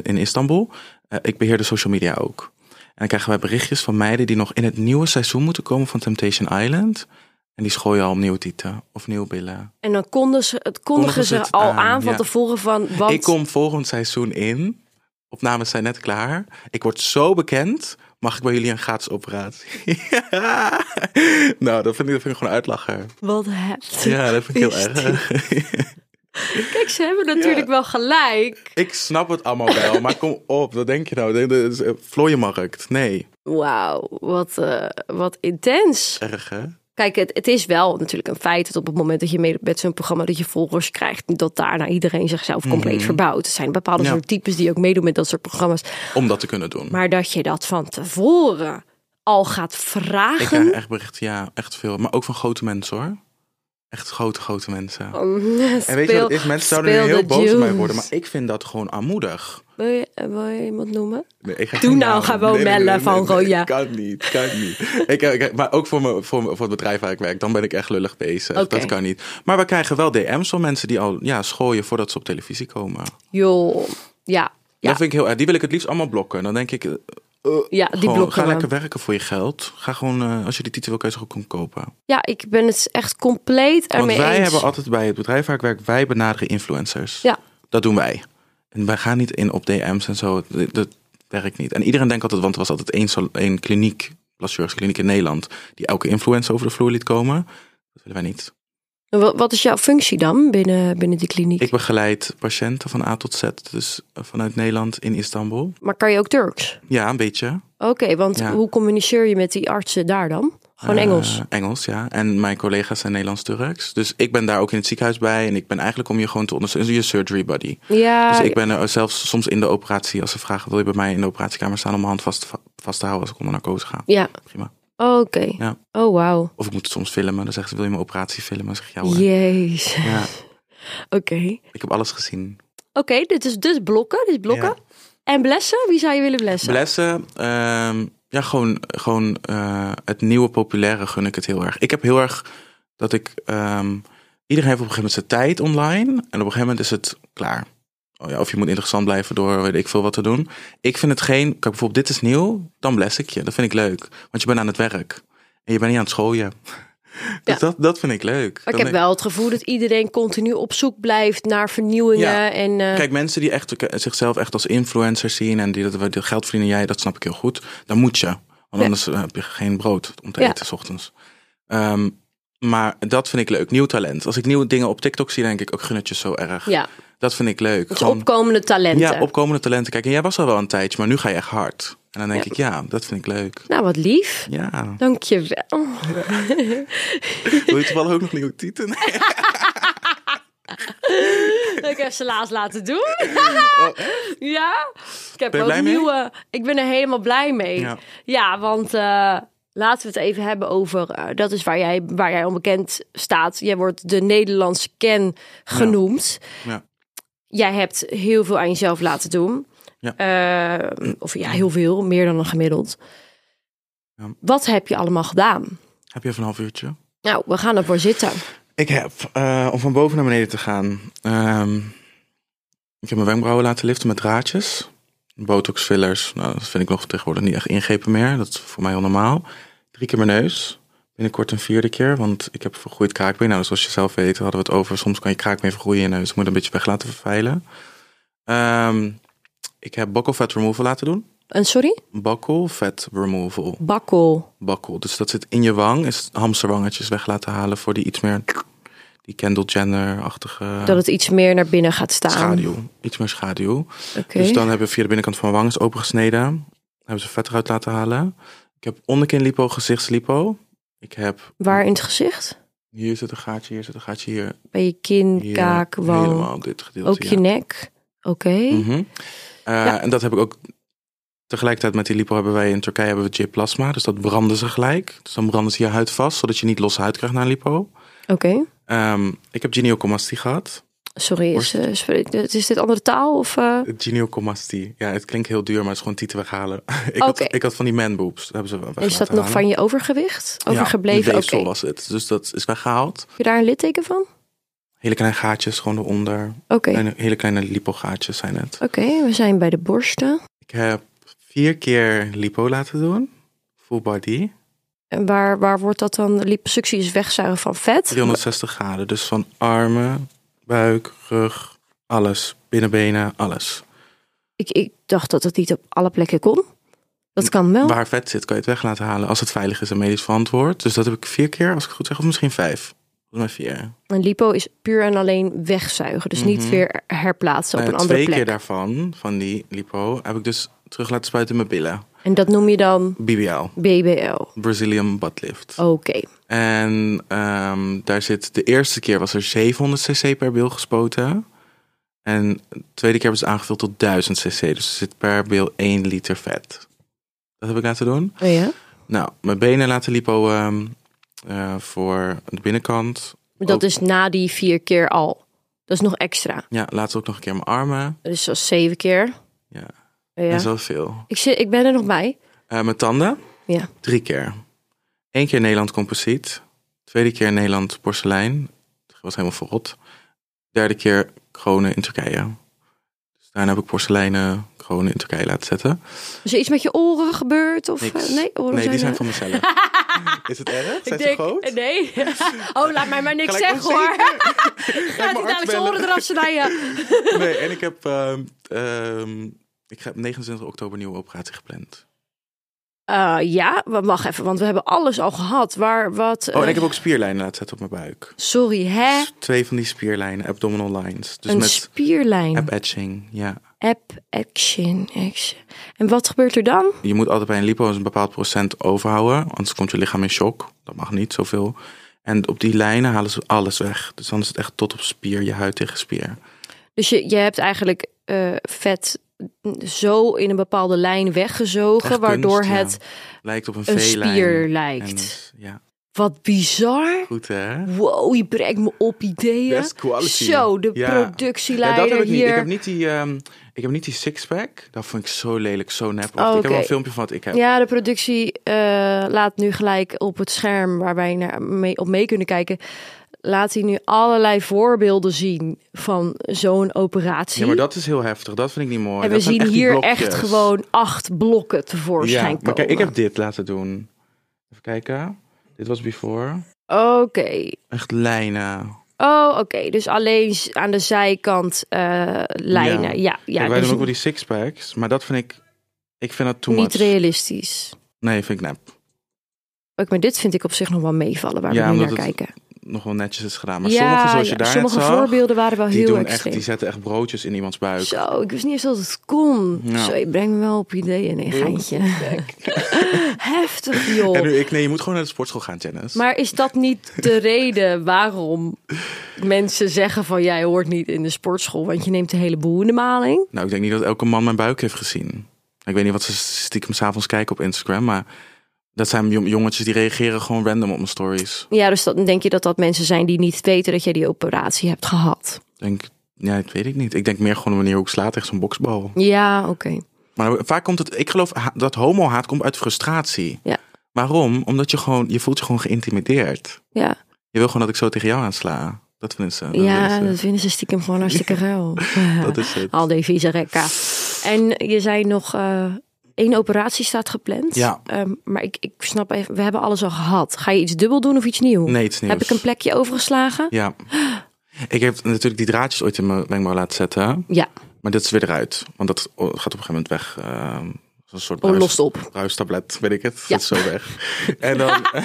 [SPEAKER 2] in Istanbul, eh, ik beheer de social media ook. En dan krijgen wij berichtjes van meiden die nog in het nieuwe seizoen moeten komen van Temptation Island. En die schooien al om nieuwe tieten of nieuwe billen.
[SPEAKER 3] En dan konden ze, het kondigen
[SPEAKER 2] Kondigen
[SPEAKER 3] ze
[SPEAKER 2] ze het
[SPEAKER 3] al aan,
[SPEAKER 2] aan,
[SPEAKER 3] van
[SPEAKER 2] ja.
[SPEAKER 3] tevoren van... Want
[SPEAKER 2] Ik kom volgend seizoen in. Opnames zijn net klaar. Ik word zo bekend. Mag ik bij jullie een gratis operatie? Ja. Nou, dat vind, ik, dat vind ik gewoon een uitlacher.
[SPEAKER 3] Wat heftig.
[SPEAKER 2] Ja, dat vind ik heel
[SPEAKER 3] Is
[SPEAKER 2] erg.
[SPEAKER 3] Kijk, ze hebben natuurlijk wel gelijk.
[SPEAKER 2] Ik snap het allemaal wel, maar kom op. Wat denk je nou? Dit is een Vlooienmarkt. Nee.
[SPEAKER 3] Wauw, wat, eh, wat intens.
[SPEAKER 2] Erg, hè?
[SPEAKER 3] Kijk, het, het is wel natuurlijk een feit dat op het moment dat je mee met zo'n programma dat je volgers krijgt, dat daarna iedereen zichzelf compleet verbouwt. Er zijn bepaalde
[SPEAKER 2] Mhm. Ja.
[SPEAKER 3] soort types die ook meedoen met dat soort programma's.
[SPEAKER 2] Om dat te kunnen doen.
[SPEAKER 3] Maar dat je dat van tevoren al gaat
[SPEAKER 2] ik krijg
[SPEAKER 3] vragen.
[SPEAKER 2] echt berichten, ja, echt veel. Maar ook van grote mensen, hoor. Echt grote, grote
[SPEAKER 3] Oh,
[SPEAKER 2] mensen. en weet je wat het is? Mensen zouden nu heel boos op mij worden, maar ik vind dat gewoon armoedig.
[SPEAKER 3] Wil je, eh, wil je iemand noemen?
[SPEAKER 2] Nee, ik ga
[SPEAKER 3] Doe
[SPEAKER 2] geen
[SPEAKER 3] nou
[SPEAKER 2] naam.
[SPEAKER 3] gewoon bellen van Roja.
[SPEAKER 2] Kan niet, kan niet. ik, eh, ik- maar ook voor, me, voor, me- voor het bedrijf waar ik werk, dan ben ik echt lullig bezig.
[SPEAKER 3] Oké.
[SPEAKER 2] Dat kan niet. Maar we krijgen wel DM's van mensen die al ja, schooien voordat ze op televisie komen.
[SPEAKER 3] Joh, ja. Ja,
[SPEAKER 2] Dat vind ik heel erg. Die wil ik het liefst allemaal blokken. Dan denk ik, eh,
[SPEAKER 3] ja die
[SPEAKER 2] gewoon,
[SPEAKER 3] blokken
[SPEAKER 2] ga
[SPEAKER 3] we.
[SPEAKER 2] lekker werken voor je geld. Ga gewoon, eh, als je die titel wil, kan je ze goed kopen.
[SPEAKER 3] Ja, ik ben het echt compleet
[SPEAKER 2] Want
[SPEAKER 3] ermee
[SPEAKER 2] wij
[SPEAKER 3] eens.
[SPEAKER 2] hebben altijd bij het bedrijf waar ik werk, wij benaderen influencers.
[SPEAKER 3] Ja.
[SPEAKER 2] Dat doen wij. En wij gaan niet in op DM's en zo. Dat, dat werkt niet. En iedereen denkt altijd, want er was altijd één, sal- één kliniek, Plasjurgs kliniek in Nederland, die elke influencer over de vloer liet komen. Dat willen wij niet.
[SPEAKER 3] Wa- Wat is jouw functie dan binnen, binnen die kliniek?
[SPEAKER 2] Ik begeleid patiënten van A tot Z, dus eh, vanuit Nederland in Istanbul.
[SPEAKER 3] Maar kan je ook Turks?
[SPEAKER 2] Ja, een beetje.
[SPEAKER 3] Oké, want
[SPEAKER 2] Ja.
[SPEAKER 3] hoe communiceer je met die artsen daar dan? Gewoon
[SPEAKER 2] Eh,
[SPEAKER 3] Engels.
[SPEAKER 2] Engels, ja. En mijn collega's zijn Nederlands-Turks. Dus ik ben daar ook in het ziekenhuis bij. En ik ben eigenlijk om je gewoon te ondersteunen. Je surgery buddy.
[SPEAKER 3] Ah, Ja,
[SPEAKER 2] Dus ik ben er zelfs soms in de operatie, als ze vragen, wil je bij mij in de operatiekamer staan om mijn hand vast, te- vast te houden als ik onder narcose ga?
[SPEAKER 3] ja.
[SPEAKER 2] Prima.
[SPEAKER 3] oké.
[SPEAKER 2] Ja.
[SPEAKER 3] Oh, wauw.
[SPEAKER 2] Of ik moet het soms filmen, dan zeggen ze, wil je mijn operatie filmen? Dan zeg ik, ja hoor.
[SPEAKER 3] Jezus.
[SPEAKER 2] Ja,
[SPEAKER 3] Oké.
[SPEAKER 2] ik heb alles gezien.
[SPEAKER 3] Oké, dit is dus blokken. Dit is blokken. En blessen? Wie zou je willen blessen?
[SPEAKER 2] Blessen, ehm, ja, gewoon, gewoon eh, het nieuwe populaire gun ik het heel erg. Ik heb heel erg dat ik, ehm, iedereen heeft op een gegeven moment zijn tijd online en op een gegeven moment is het klaar. Oh ja, of je moet interessant blijven door weet ik veel wat te doen. Ik vind het geen, kijk bijvoorbeeld dit is nieuw, dan bless ik je. Dat vind ik leuk, want je bent aan het werk en je bent niet aan het schooien. Dus dat, dat vind ik leuk.
[SPEAKER 3] maar ik
[SPEAKER 2] Dan
[SPEAKER 3] heb
[SPEAKER 2] denk-
[SPEAKER 3] wel het gevoel dat iedereen continu op zoek blijft naar vernieuwingen.
[SPEAKER 2] Ja.
[SPEAKER 3] En, eh,
[SPEAKER 2] Kijk, mensen die echt, zichzelf echt als influencers zien en die dat die geld verdienen, jij, dat snap ik heel goed. Dan moet je. Want anders eh, heb je geen brood om te
[SPEAKER 3] Ja.
[SPEAKER 2] eten s ochtends. Ehm, maar dat vind ik leuk. Nieuw talent. Als ik nieuwe dingen op TikTok zie, denk ik ook gunnetjes zo erg.
[SPEAKER 3] ja,
[SPEAKER 2] Dat vind ik leuk.
[SPEAKER 3] dus
[SPEAKER 2] Gewoon-
[SPEAKER 3] opkomende talenten.
[SPEAKER 2] ja, opkomende talenten. Kijk, en jij was al wel een tijdje, maar nu ga je echt hard. En dan denk ik, ja, dat vind ik leuk.
[SPEAKER 3] Nou, wat lief.
[SPEAKER 2] Ja.
[SPEAKER 3] Dankjewel.
[SPEAKER 2] Wil je toevallig ook nog nieuwe tieten?
[SPEAKER 3] Ik heb ze laatst laten doen. ja, ik heb
[SPEAKER 2] Ben je
[SPEAKER 3] ook
[SPEAKER 2] blij mee?
[SPEAKER 3] nieuwe. Ik ben er helemaal blij mee. Ja,
[SPEAKER 2] Ja.
[SPEAKER 3] want eh, laten we het even hebben over. eh, dat is waar jij, waar jij onbekend staat. Jij wordt de Nederlandse Ken genoemd.
[SPEAKER 2] Ja.
[SPEAKER 3] Jij hebt heel veel aan jezelf laten doen.
[SPEAKER 2] Ja.
[SPEAKER 3] Eh, of ja, heel veel, meer dan een gemiddeld.
[SPEAKER 2] Ja.
[SPEAKER 3] Wat heb je allemaal gedaan?
[SPEAKER 2] Heb je even een half uurtje?
[SPEAKER 3] Nou, we gaan ervoor zitten.
[SPEAKER 2] Ik heb, eh, om van boven naar beneden te gaan, ehm, ik heb mijn wenkbrauwen laten liften met draadjes. Botox fillers, nou, dat vind ik nog tegenwoordig niet echt ingrepen meer. Dat is voor mij heel normaal. Drie keer mijn neus. Binnenkort een vierde keer, want ik heb vergroeid kraakbeen. Nou, zoals je zelf weet, hadden we het over. Soms kan je kraakbeen vergroeien in je neus. Moet je een beetje weg laten verveilen. Ehm, ik heb buccal fat removal laten doen.
[SPEAKER 3] En sorry?
[SPEAKER 2] Buccal fat removal
[SPEAKER 3] Bakkel.
[SPEAKER 2] bakkel. Dus dat zit in je wang. Is hamsterwangetjes weg laten halen voor die iets meer... Die Kendall Jenner-achtige
[SPEAKER 3] Dat het iets meer naar binnen gaat staan.
[SPEAKER 2] schaduw. Iets meer schaduw.
[SPEAKER 3] Oké.
[SPEAKER 2] Dus dan hebben we via de binnenkant van mijn wang is opengesneden. Hebben ze vet eruit laten halen. Ik heb onderkinlipo, gezichtslipo. Ik heb...
[SPEAKER 3] Waar in het gezicht?
[SPEAKER 2] Hier zit een gaatje, hier zit een gaatje, hier.
[SPEAKER 3] Bij je kin,
[SPEAKER 2] hier
[SPEAKER 3] kaak, wang.
[SPEAKER 2] Helemaal op dit gedeelte.
[SPEAKER 3] Ook je
[SPEAKER 2] ja.
[SPEAKER 3] nek. Oké.
[SPEAKER 2] Mhm. Uh,
[SPEAKER 3] Ja.
[SPEAKER 2] En dat heb ik ook. Tegelijkertijd met die lipo hebben wij in Turkije hebben we J-plasma. Dus dat branden ze gelijk. Dus dan branden ze je huid vast, zodat je niet losse huid krijgt na een lipo.
[SPEAKER 3] Oké.
[SPEAKER 2] Ehm, ik heb geniocomastie gehad.
[SPEAKER 3] Sorry, is, eh, spreek- is dit andere taal? Of, eh?
[SPEAKER 2] Geniocomastie. Ja, het klinkt heel duur, maar het is gewoon tieten weghalen. ik, had,
[SPEAKER 3] Oké.
[SPEAKER 2] ik had van die manboobs. Dat hebben ze weg
[SPEAKER 3] Is dat
[SPEAKER 2] laten
[SPEAKER 3] nog
[SPEAKER 2] halen.
[SPEAKER 3] van je overgewicht? Overgebleven?
[SPEAKER 2] Ja, een
[SPEAKER 3] Oké.
[SPEAKER 2] weefsel was het. Dus dat is weggehaald.
[SPEAKER 3] Heb je daar een litteken van?
[SPEAKER 2] Hele kleine gaatjes gewoon eronder.
[SPEAKER 3] Oké.
[SPEAKER 2] Kleine- hele kleine lipogaatjes zijn het.
[SPEAKER 3] Oké, we zijn bij de borsten.
[SPEAKER 2] Ik heb vier keer lipo laten doen. Full body.
[SPEAKER 3] En waar, waar wordt dat dan? Liposuctie is wegzuigen van vet.
[SPEAKER 2] 360 graden. Dus van armen, buik, rug, alles. Binnenbenen, alles.
[SPEAKER 3] Ik, ik dacht dat het niet op alle plekken kon. Dat kan wel.
[SPEAKER 2] Waar vet zit, kan je het weg laten halen als het veilig is en medisch verantwoord. Dus dat heb ik vier keer, als ik het goed zeg, of misschien vijf. Volgens mij vier.
[SPEAKER 3] Een lipo is puur en alleen wegzuigen. Dus niet weer herplaatsen op
[SPEAKER 2] Nou
[SPEAKER 3] een
[SPEAKER 2] ja,
[SPEAKER 3] andere
[SPEAKER 2] Mhm. twee
[SPEAKER 3] plek.
[SPEAKER 2] keer daarvan, van die lipo, heb ik dus terug laten spuiten in mijn billen.
[SPEAKER 3] En dat noem je dan
[SPEAKER 2] BBL,
[SPEAKER 3] BBL.
[SPEAKER 2] Brazilian Butt Lift.
[SPEAKER 3] Oké.
[SPEAKER 2] En ehm, daar zit, de eerste keer was er 700 cc per bil gespoten. En de tweede keer hebben ze het aangevuld tot 1000 cc. Dus er zit per bil 1 liter vet. Dat heb ik laten doen.
[SPEAKER 3] Oh ja.
[SPEAKER 2] Nou, mijn benen laten lipo ehm, eh, voor de binnenkant.
[SPEAKER 3] Dat
[SPEAKER 2] Ook-
[SPEAKER 3] is na die vier keer al. Dat is nog extra.
[SPEAKER 2] Ja, later ook nog een keer mijn armen.
[SPEAKER 3] Dus dat is zeven keer.
[SPEAKER 2] Ja,
[SPEAKER 3] Oh ja.
[SPEAKER 2] en zoveel.
[SPEAKER 3] Ik, zit, ik ben er nog bij.
[SPEAKER 2] Eh mijn tanden,
[SPEAKER 3] Ja.
[SPEAKER 2] drie keer. Eén keer Nederland composiet. Tweede keer Nederland porselein. Dat was helemaal verrot. Derde keer kronen in Turkije. Dus daarna heb ik porseleinen kronen in Turkije laten zetten.
[SPEAKER 3] Is er iets met je oren gebeurd? Of,
[SPEAKER 2] Niks.
[SPEAKER 3] eh, nee, oren
[SPEAKER 2] nee, die
[SPEAKER 3] zijn
[SPEAKER 2] zijn
[SPEAKER 3] er-
[SPEAKER 2] van mezelf. Is het erg? Zijn
[SPEAKER 3] Ik
[SPEAKER 2] ze
[SPEAKER 3] denk- eh,
[SPEAKER 2] groot?
[SPEAKER 3] Nee. Oh, laat mij maar niks
[SPEAKER 2] Gelijk
[SPEAKER 3] zeggen hoor.
[SPEAKER 2] onzeker. Ga
[SPEAKER 3] Gaat
[SPEAKER 2] ik
[SPEAKER 3] hij
[SPEAKER 2] mijn
[SPEAKER 3] dadelijk
[SPEAKER 2] arts
[SPEAKER 3] zijn
[SPEAKER 2] bellen?
[SPEAKER 3] oren eraf snijden?
[SPEAKER 2] Nee, en ik heb, ehm, ehm, ik heb 29 oktober een nieuwe operatie gepland.
[SPEAKER 3] Eh, ja, wa- wacht even, want we hebben alles al gehad. Waar, wat...
[SPEAKER 2] Oh, en
[SPEAKER 3] eh,
[SPEAKER 2] ik heb ook spierlijnen laten zetten op mijn buik.
[SPEAKER 3] Sorry, hè?
[SPEAKER 2] Twee van die spierlijnen, abdominal lines. Dus
[SPEAKER 3] een
[SPEAKER 2] met
[SPEAKER 3] spierlijn. App,
[SPEAKER 2] ab-etching, ja.
[SPEAKER 3] action, action. En wat gebeurt er dan?
[SPEAKER 2] Je moet altijd bij een lipo een bepaald procent overhouden. Anders komt je lichaam in shock. Dat mag niet zoveel. En op die lijnen halen ze alles weg. Dus dan is het echt tot op spier, je huid tegen spier.
[SPEAKER 3] Dus je, je hebt eigenlijk eh, vet zo in een bepaalde lijn weggezogen,
[SPEAKER 2] Echt
[SPEAKER 3] waardoor
[SPEAKER 2] kunst, ja.
[SPEAKER 3] het
[SPEAKER 2] Lijkt op een,
[SPEAKER 3] een
[SPEAKER 2] V-lijn.
[SPEAKER 3] spier
[SPEAKER 2] En,
[SPEAKER 3] lijkt.
[SPEAKER 2] ja,
[SPEAKER 3] Wat bizar.
[SPEAKER 2] goed hè?
[SPEAKER 3] Wow, je brengt me op ideeën.
[SPEAKER 2] Best quality.
[SPEAKER 3] Zo, de
[SPEAKER 2] Ja. Ja,
[SPEAKER 3] productieleider
[SPEAKER 2] dat heb ik niet.
[SPEAKER 3] hier.
[SPEAKER 2] Ik heb niet die, ehm, ik heb niet die sixpack. Dat vond ik zo lelijk, zo nep.
[SPEAKER 3] Oh,
[SPEAKER 2] Ik heb wel
[SPEAKER 3] oké.
[SPEAKER 2] een filmpje van wat ik heb.
[SPEAKER 3] Ja, de productie eh, laat nu gelijk op het scherm waar wij naar mee, op mee kunnen kijken. Laat hij nu allerlei voorbeelden zien van zo'n operatie.
[SPEAKER 2] Ja, maar dat is heel heftig. Dat vind ik niet mooi.
[SPEAKER 3] en we
[SPEAKER 2] Dat zijn
[SPEAKER 3] zien
[SPEAKER 2] echt die
[SPEAKER 3] hier
[SPEAKER 2] blokjes.
[SPEAKER 3] echt gewoon acht blokken
[SPEAKER 2] ja,
[SPEAKER 3] tevoorschijn
[SPEAKER 2] maar
[SPEAKER 3] komen.
[SPEAKER 2] kijk, ik heb dit laten doen. Even kijken. Dit was before.
[SPEAKER 3] Oké.
[SPEAKER 2] Echt lijnen.
[SPEAKER 3] Oh, oké. Dus alleen z- aan de zijkant eh, lijnen. Ja, ja,
[SPEAKER 2] Kijk, wij
[SPEAKER 3] dus
[SPEAKER 2] doen ook wel die sixpacks, maar dat vind ik... Ik vind dat too
[SPEAKER 3] niet
[SPEAKER 2] much.
[SPEAKER 3] realistisch.
[SPEAKER 2] Nee, vind ik nou, nep.
[SPEAKER 3] Ook, maar dit vind ik op zich nog wel meevallen waar
[SPEAKER 2] Ja,
[SPEAKER 3] we nu naar
[SPEAKER 2] omdat het-
[SPEAKER 3] kijken.
[SPEAKER 2] Nog wel netjes is gedaan. Maar
[SPEAKER 3] ja,
[SPEAKER 2] sommige, zoals je
[SPEAKER 3] ja,
[SPEAKER 2] daar net
[SPEAKER 3] sommige
[SPEAKER 2] zag,
[SPEAKER 3] voorbeelden waren wel
[SPEAKER 2] die,
[SPEAKER 3] heel
[SPEAKER 2] doen
[SPEAKER 3] extreem.
[SPEAKER 2] echt, die zetten echt broodjes in iemands buik.
[SPEAKER 3] Zo, ik wist niet eens dat het kon.
[SPEAKER 2] Ja.
[SPEAKER 3] Zo, je brengt me wel op ideeën, nee, geintje. Heftig,
[SPEAKER 2] En dus-
[SPEAKER 3] joh.
[SPEAKER 2] nu, ik, nee, je moet gewoon naar de sportschool gaan, Janice.
[SPEAKER 3] Maar is dat niet de reden waarom mensen zeggen van... jij hoort niet in de sportschool, want je neemt een heleboel in de maling?
[SPEAKER 2] Nou, ik denk niet dat elke man mijn buik heeft gezien. Ik weet niet wat ze stiekem s'avonds kijken op Instagram, maar... Dat zijn jong- jongetjes die reageren gewoon random op mijn stories.
[SPEAKER 3] Ja, dus dat, denk je dat dat mensen zijn die niet weten dat jij die operatie hebt gehad?
[SPEAKER 2] Ik Denk, ja, dat weet ik niet. Ik denk meer gewoon wanneer hoe ik slaat tegen zo'n boksbal.
[SPEAKER 3] Ja, oké.
[SPEAKER 2] Maar vaak komt het, ik geloof ha- dat homo-haat komt uit frustratie.
[SPEAKER 3] Ja.
[SPEAKER 2] Waarom? Omdat je gewoon, je voelt je gewoon geïntimideerd.
[SPEAKER 3] Ja,
[SPEAKER 2] Je wil gewoon dat ik zo tegen jou aansla. Dat vinden ze. Nou, dat
[SPEAKER 3] ja dus- Oh,
[SPEAKER 2] willen ze.
[SPEAKER 3] dat vinden ze stiekem gewoon hartstikke ruil.
[SPEAKER 2] dat is het.
[SPEAKER 3] Al die vieze rekka. En je zei nog, eh één operatie staat gepland.
[SPEAKER 2] Ja.
[SPEAKER 3] Ehm, maar ik, ik snap even, we hebben alles al gehad. Ga je iets dubbel doen of iets nieuw?
[SPEAKER 2] Nee, iets nieuws.
[SPEAKER 3] Heb ik een plekje overgeslagen?
[SPEAKER 2] Ja. Ik heb natuurlijk die draadjes ooit in mijn wenkbrauw laten zetten.
[SPEAKER 3] Ja,
[SPEAKER 2] Maar dat is weer eruit. Want dat gaat op een gegeven moment weg. ehm, als een soort
[SPEAKER 3] oh,
[SPEAKER 2] bruis-
[SPEAKER 3] lost op.
[SPEAKER 2] bruistablet, weet ik het.
[SPEAKER 3] Ja.
[SPEAKER 2] Dat is zo weg. En dan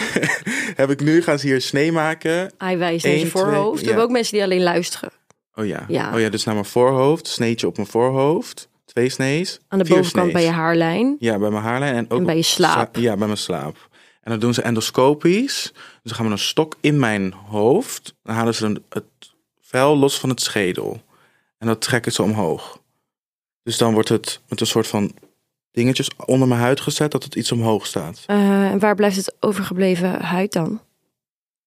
[SPEAKER 2] heb ik nu, gaan ze hier snee maken.
[SPEAKER 3] Hij wijst
[SPEAKER 2] Eén,
[SPEAKER 3] naar zijn
[SPEAKER 2] twee,
[SPEAKER 3] voorhoofd. We
[SPEAKER 2] ja.
[SPEAKER 3] hebben ook mensen die alleen luisteren.
[SPEAKER 2] Oh ja.
[SPEAKER 3] Ja.
[SPEAKER 2] Oh ja, dus naar mijn voorhoofd. Sneetje op mijn voorhoofd. Twee snees.
[SPEAKER 3] Aan de
[SPEAKER 2] vier
[SPEAKER 3] bovenkant
[SPEAKER 2] snees.
[SPEAKER 3] bij je haarlijn.
[SPEAKER 2] Ja, bij mijn haarlijn. En, ook
[SPEAKER 3] En bij je
[SPEAKER 2] op-
[SPEAKER 3] slaap.
[SPEAKER 2] Ja, bij mijn slaap. En dan doen ze endoscopisch. Dus dan gaan we een stok in mijn hoofd. Dan halen ze een- het vel los van het schedel. En dat trekken ze omhoog. Dus dan wordt het met een soort van dingetjes onder mijn huid gezet dat het iets omhoog staat.
[SPEAKER 3] Eh, en waar blijft het overgebleven huid dan?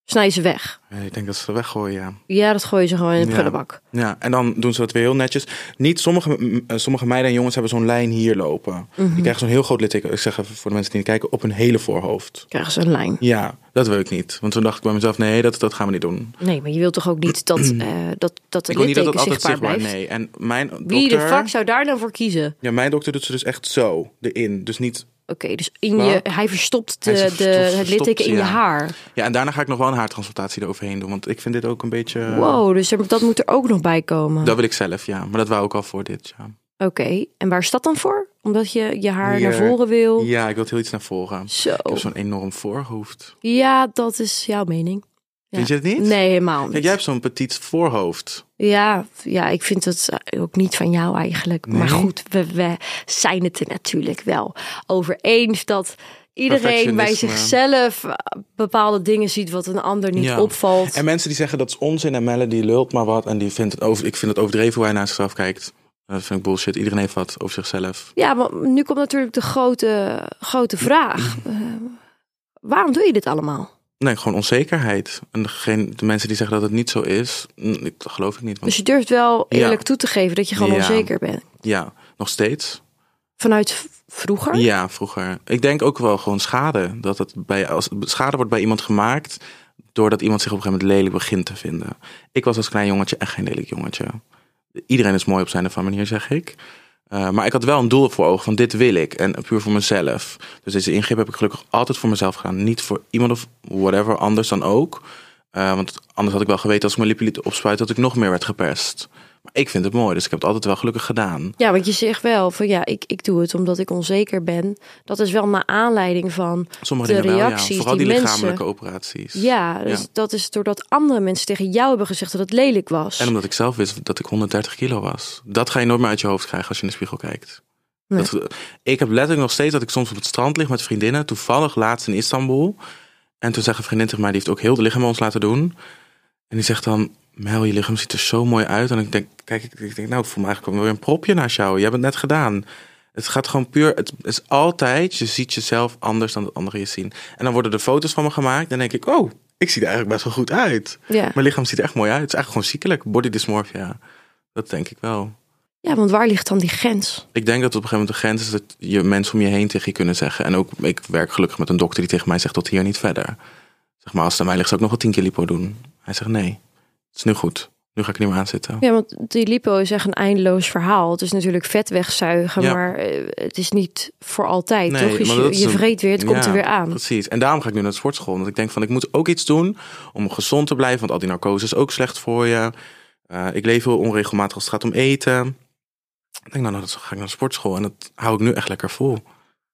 [SPEAKER 3] Snij je ze weg.
[SPEAKER 2] Eh, Ik denk dat ze het weggooien, ja.
[SPEAKER 3] Ja, dat gooien ze gewoon in de
[SPEAKER 2] Ja.
[SPEAKER 3] prullenbak.
[SPEAKER 2] Ja, en dan doen ze dat weer heel netjes. Niet sommige, m- eh, sommige meiden en jongens hebben zo'n lijn hier lopen.
[SPEAKER 3] Mhm.
[SPEAKER 2] Die krijgen zo'n heel groot litteken, ik zeg even voor de mensen die niet kijken, op hun hele voorhoofd.
[SPEAKER 3] Krijgen ze een lijn.
[SPEAKER 2] Ja, dat wil ik niet. Want toen dacht ik bij mezelf, nee, dat, dat gaan we niet doen.
[SPEAKER 3] Nee, maar je wilt toch ook niet dat, eh dat, dat de
[SPEAKER 2] ik wil niet dat het
[SPEAKER 3] litteken
[SPEAKER 2] altijd
[SPEAKER 3] zichtbaar
[SPEAKER 2] zichtbaar
[SPEAKER 3] blijft?
[SPEAKER 2] Nee, en mijn
[SPEAKER 3] Wie de
[SPEAKER 2] dokter...
[SPEAKER 3] fuck zou daar dan voor kiezen?
[SPEAKER 2] Ja, mijn dokter doet ze dus echt zo, erin. Dus niet...
[SPEAKER 3] Oké, dus in
[SPEAKER 2] Waar?
[SPEAKER 3] je, hij verstopt, de,
[SPEAKER 2] Hij
[SPEAKER 3] de,
[SPEAKER 2] verstopt-
[SPEAKER 3] het
[SPEAKER 2] verstopt,
[SPEAKER 3] litteken in je
[SPEAKER 2] ja.
[SPEAKER 3] haar.
[SPEAKER 2] Ja, en daarna ga ik nog wel een haartransplantatie eroverheen doen. Want ik vind dit ook een beetje...
[SPEAKER 3] Wow, dus er- dat moet er ook nog bij komen.
[SPEAKER 2] Dat wil ik zelf, ja. Maar dat wou ik al voor dit, ja.
[SPEAKER 3] Oké, en waar is dat dan voor? Omdat je je haar naar
[SPEAKER 2] Hier.
[SPEAKER 3] voren wil?
[SPEAKER 2] Ja, ik wil het heel iets naar voren.
[SPEAKER 3] Zo.
[SPEAKER 2] Ik heb zo'n enorm voorhoofd.
[SPEAKER 3] Ja, dat is jouw mening. Ja.
[SPEAKER 2] Vind je het niet?
[SPEAKER 3] Nee, helemaal niet.
[SPEAKER 2] Kijk, jij hebt zo'n petit voorhoofd.
[SPEAKER 3] Ja, ja, ik vind het eh, ook niet van jou eigenlijk. Maar goed, we, we zijn het er natuurlijk wel over eens dat iedereen bij
[SPEAKER 2] Perfectionisme.
[SPEAKER 3] zichzelf eh, bepaalde dingen ziet wat een ander niet
[SPEAKER 2] Ja.
[SPEAKER 3] opvalt.
[SPEAKER 2] En mensen die zeggen dat is onzin en Melle die lult maar wat. En die vindt het over, ik vind het overdreven hoe hij naar zichzelf kijkt. Dat vind ik bullshit. Iedereen heeft wat over zichzelf.
[SPEAKER 3] Ja, maar nu komt natuurlijk de grote, grote vraag. Eh, waarom doe je dit allemaal?
[SPEAKER 2] Nee, gewoon onzekerheid. En degene, de mensen die zeggen dat het niet zo is, mm, ik- dat geloof ik niet. Want
[SPEAKER 3] Dus je durft wel
[SPEAKER 2] Ja.
[SPEAKER 3] eerlijk toe te geven dat je gewoon
[SPEAKER 2] Ja.
[SPEAKER 3] onzeker bent.
[SPEAKER 2] ja, nog steeds.
[SPEAKER 3] Vanuit v- vroeger?
[SPEAKER 2] Ja, vroeger. Ik denk ook wel gewoon schade. Dat het bij, als schade wordt bij iemand gemaakt doordat iemand zich op een gegeven moment lelijk begint te vinden. Ik was als klein jongetje echt geen lelijk jongetje. Iedereen is mooi op zijn of haar manier, zeg ik. Eh, maar ik had wel een doel voor ogen van dit wil ik en puur voor mezelf. Dus deze ingreep heb ik gelukkig altijd voor mezelf gedaan. Niet voor iemand of whatever anders dan ook. Eh, want anders had ik wel geweten als ik mijn lippen liet opspuiten dat ik nog meer werd gepest. Maar ik vind het mooi, dus ik heb het altijd wel gelukkig gedaan.
[SPEAKER 3] Ja, want je zegt wel van ja, ik, ik doe het omdat ik onzeker ben. Dat is wel naar aanleiding van
[SPEAKER 2] Sommige
[SPEAKER 3] de
[SPEAKER 2] dingen
[SPEAKER 3] reacties
[SPEAKER 2] wel, ja. Vooral die,
[SPEAKER 3] die, mensen.
[SPEAKER 2] lichamelijke operaties.
[SPEAKER 3] Ja, dus
[SPEAKER 2] Ja.
[SPEAKER 3] dat is doordat andere mensen tegen jou hebben gezegd dat het lelijk was.
[SPEAKER 2] En omdat ik zelf wist dat ik 130 kilo was. Dat ga je nooit meer uit je hoofd krijgen als je in de spiegel kijkt.
[SPEAKER 3] Nee.
[SPEAKER 2] Dat- ik heb letterlijk nog steeds dat ik soms op het strand lig met vriendinnen. Toevallig laatst in Istanbul. En toen zegt een vriendin tegen mij, die heeft ook heel de lichaam bij ons laten doen. En die zegt dan, Mel, je lichaam ziet er zo mooi uit. En ik denk, kijk, ik, ik denk, nou, ik voel me eigenlijk wel weer een propje naast jou. Je hebt het net gedaan. Het gaat gewoon puur, het is altijd, je ziet jezelf anders dan dat anderen je zien. En dan worden er foto's van me gemaakt. En dan denk ik, oh, ik zie er eigenlijk best wel goed uit.
[SPEAKER 3] ja.
[SPEAKER 2] Mijn lichaam ziet er echt mooi uit. Het is eigenlijk gewoon ziekelijk. Body dysmorphia. Dat denk ik wel.
[SPEAKER 3] ja, want waar ligt dan die grens?
[SPEAKER 2] Ik denk dat op een gegeven moment de grens is dat je mensen om je heen tegen je kunnen zeggen. En ook, ik werk gelukkig met een dokter die tegen mij zegt tot hier niet verder. Zeg maar, als het aan mij ligt, zou ik nog wel tien keer lipo doen. Hij zegt nee, het is nu goed. Nu ga ik er niet meer aan zitten.
[SPEAKER 3] Ja, want die lipo is echt een eindeloos verhaal. Het is natuurlijk vet wegzuigen,
[SPEAKER 2] Ja.
[SPEAKER 3] maar eh, het is niet voor altijd,
[SPEAKER 2] Nee,
[SPEAKER 3] toch? Dus
[SPEAKER 2] maar
[SPEAKER 3] je,
[SPEAKER 2] dat is
[SPEAKER 3] je
[SPEAKER 2] een-
[SPEAKER 3] vreet weer, het komt
[SPEAKER 2] Ja,
[SPEAKER 3] er weer aan.
[SPEAKER 2] Precies. En daarom ga ik nu naar de sportschool. Want ik denk van, ik moet ook iets doen om gezond te blijven. Want al die narcose is ook slecht voor je. Eh, ik leef heel onregelmatig als het gaat om eten. Ik denk, nou, dan ga ik naar de sportschool. En dat hou ik nu echt lekker vol.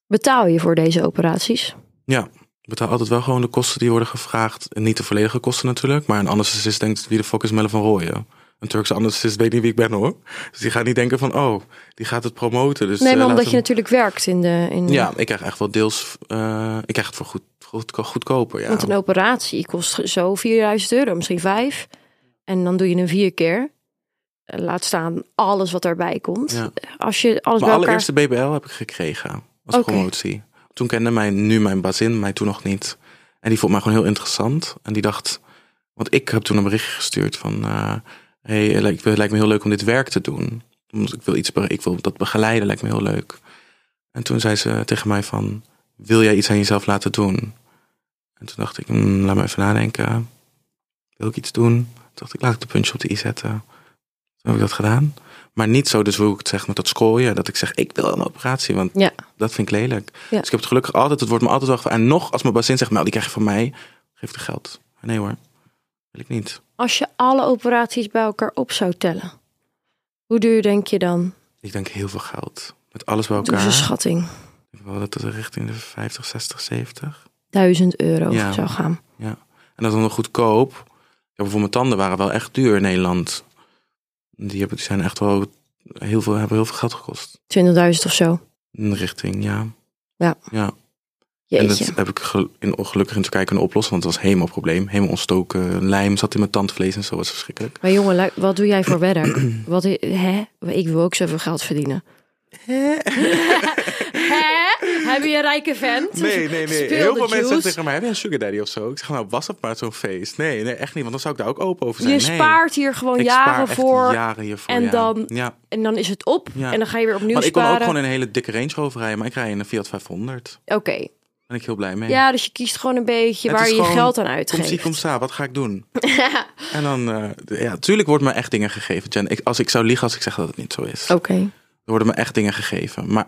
[SPEAKER 3] Betaal je voor deze operaties?
[SPEAKER 2] Ja, ik betaal altijd wel gewoon de kosten die worden gevraagd. En niet de volledige kosten natuurlijk. Maar een anesthesist denkt, wie de fuck is Melle van Rooyen? Een Turkse anesthesist weet niet wie ik ben hoor. Dus die gaat niet denken van, oh, die gaat het promoten. Dus,
[SPEAKER 3] nee,
[SPEAKER 2] eh,
[SPEAKER 3] maar
[SPEAKER 2] laat
[SPEAKER 3] omdat je
[SPEAKER 2] hem-
[SPEAKER 3] natuurlijk werkt in de... In,
[SPEAKER 2] Ja, ik krijg echt wel deels... eh, ik krijg het voor goed, goed, goedkoper, ja.
[SPEAKER 3] Want een operatie kost zo 4000 euro, misschien vijf. En dan doe je hem vier keer. Eh, Laat staan alles wat daarbij komt.
[SPEAKER 2] Ja.
[SPEAKER 3] Als je alles
[SPEAKER 2] Mijn
[SPEAKER 3] bij elkaar...
[SPEAKER 2] allereerste BBL heb ik gekregen als
[SPEAKER 3] Oké.
[SPEAKER 2] promotie. Toen kende mij nu mijn bazin, mij toen nog niet. En die vond mij gewoon heel interessant. En die dacht, want ik heb toen een berichtje gestuurd van... eh hey, het lijkt, het lijkt me heel leuk om dit werk te doen. Omdat ik wil, iets, be- ik wil dat begeleiden, lijkt me heel leuk. En toen zei ze tegen mij van... wil jij iets aan jezelf laten doen? En toen dacht ik, mm, laat me even nadenken. Wil ik iets doen? Toen dacht ik, laat ik de puntje op de i zetten. Toen heb ik dat gedaan. Maar niet zo dus hoe ik het zeg met dat scooien. Dat ik zeg, ik wil een operatie, want
[SPEAKER 3] Ja.
[SPEAKER 2] dat vind ik lelijk.
[SPEAKER 3] Ja.
[SPEAKER 2] Dus ik heb het gelukkig altijd, het wordt me altijd wel ge- En nog, als mijn bazin zegt, nou die krijg je van mij, geef ik de geld. Nee hoor, wil ik niet.
[SPEAKER 3] Als je alle operaties bij elkaar op zou tellen, hoe duur denk je dan?
[SPEAKER 2] Ik denk heel veel geld. Met alles bij
[SPEAKER 3] Doe eens
[SPEAKER 2] elkaar.
[SPEAKER 3] een
[SPEAKER 2] Ik
[SPEAKER 3] schatting.
[SPEAKER 2] denk wel dat het richting de 50, 60, 70.
[SPEAKER 3] 1000 euro
[SPEAKER 2] Ja.
[SPEAKER 3] zou gaan.
[SPEAKER 2] En dat is dan nog goedkoop. Ja, bijvoorbeeld mijn tanden waren wel echt duur in Nederland. Die, hebben, die zijn echt wel heel veel, hebben heel veel geld gekost.
[SPEAKER 3] 20.000 of zo.
[SPEAKER 2] In de richting, ja.
[SPEAKER 3] Ja.
[SPEAKER 2] ja. En dat
[SPEAKER 3] Jeetje.
[SPEAKER 2] heb ik gel- in, gelukkig in Turkije kunnen oplossen, want het was helemaal een probleem. Helemaal ontstoken, lijm zat in mijn tandvlees en zo, was verschrikkelijk.
[SPEAKER 3] Maar jongen, lu- wat doe jij voor werk? Wat, i- hè? Ik wil ook zoveel geld verdienen. hè? Heb je een rijke vent? Speel
[SPEAKER 2] Heel
[SPEAKER 3] de
[SPEAKER 2] veel mensen zeggen
[SPEAKER 3] juice.
[SPEAKER 2] tegen mij, heb je een sugar daddy of zo? Ik zeg, nou was het maar zo'n feest. Nee, nee, echt niet, want dan zou ik daar ook open over zijn.
[SPEAKER 3] Je
[SPEAKER 2] nee.
[SPEAKER 3] spaart hier gewoon
[SPEAKER 2] ik spaar
[SPEAKER 3] jaren
[SPEAKER 2] echt
[SPEAKER 3] voor.
[SPEAKER 2] jaren hiervoor,
[SPEAKER 3] En
[SPEAKER 2] ja.
[SPEAKER 3] dan-
[SPEAKER 2] Ja.
[SPEAKER 3] En dan is het op.
[SPEAKER 2] Ja.
[SPEAKER 3] En dan ga je weer opnieuw
[SPEAKER 2] Maar ik kon ook
[SPEAKER 3] sparen.
[SPEAKER 2] gewoon in een hele dikke Range Rover rijden, maar ik rij in een Fiat 500. Daar
[SPEAKER 3] Oké.
[SPEAKER 2] ben ik heel blij mee.
[SPEAKER 3] Ja, dus je kiest gewoon een beetje
[SPEAKER 2] Het
[SPEAKER 3] waar
[SPEAKER 2] is
[SPEAKER 3] je je
[SPEAKER 2] gewoon,
[SPEAKER 3] geld aan
[SPEAKER 2] Kom zie,
[SPEAKER 3] uitgeeft.
[SPEAKER 2] kom sta, wat ga ik doen? en dan, eh, ja, tuurlijk wordt me echt dingen gegeven, Jen. Ik, als ik zou liegen als ik zeg dat het niet zo is.
[SPEAKER 3] Oké.
[SPEAKER 2] Er worden me echt dingen gegeven. Maar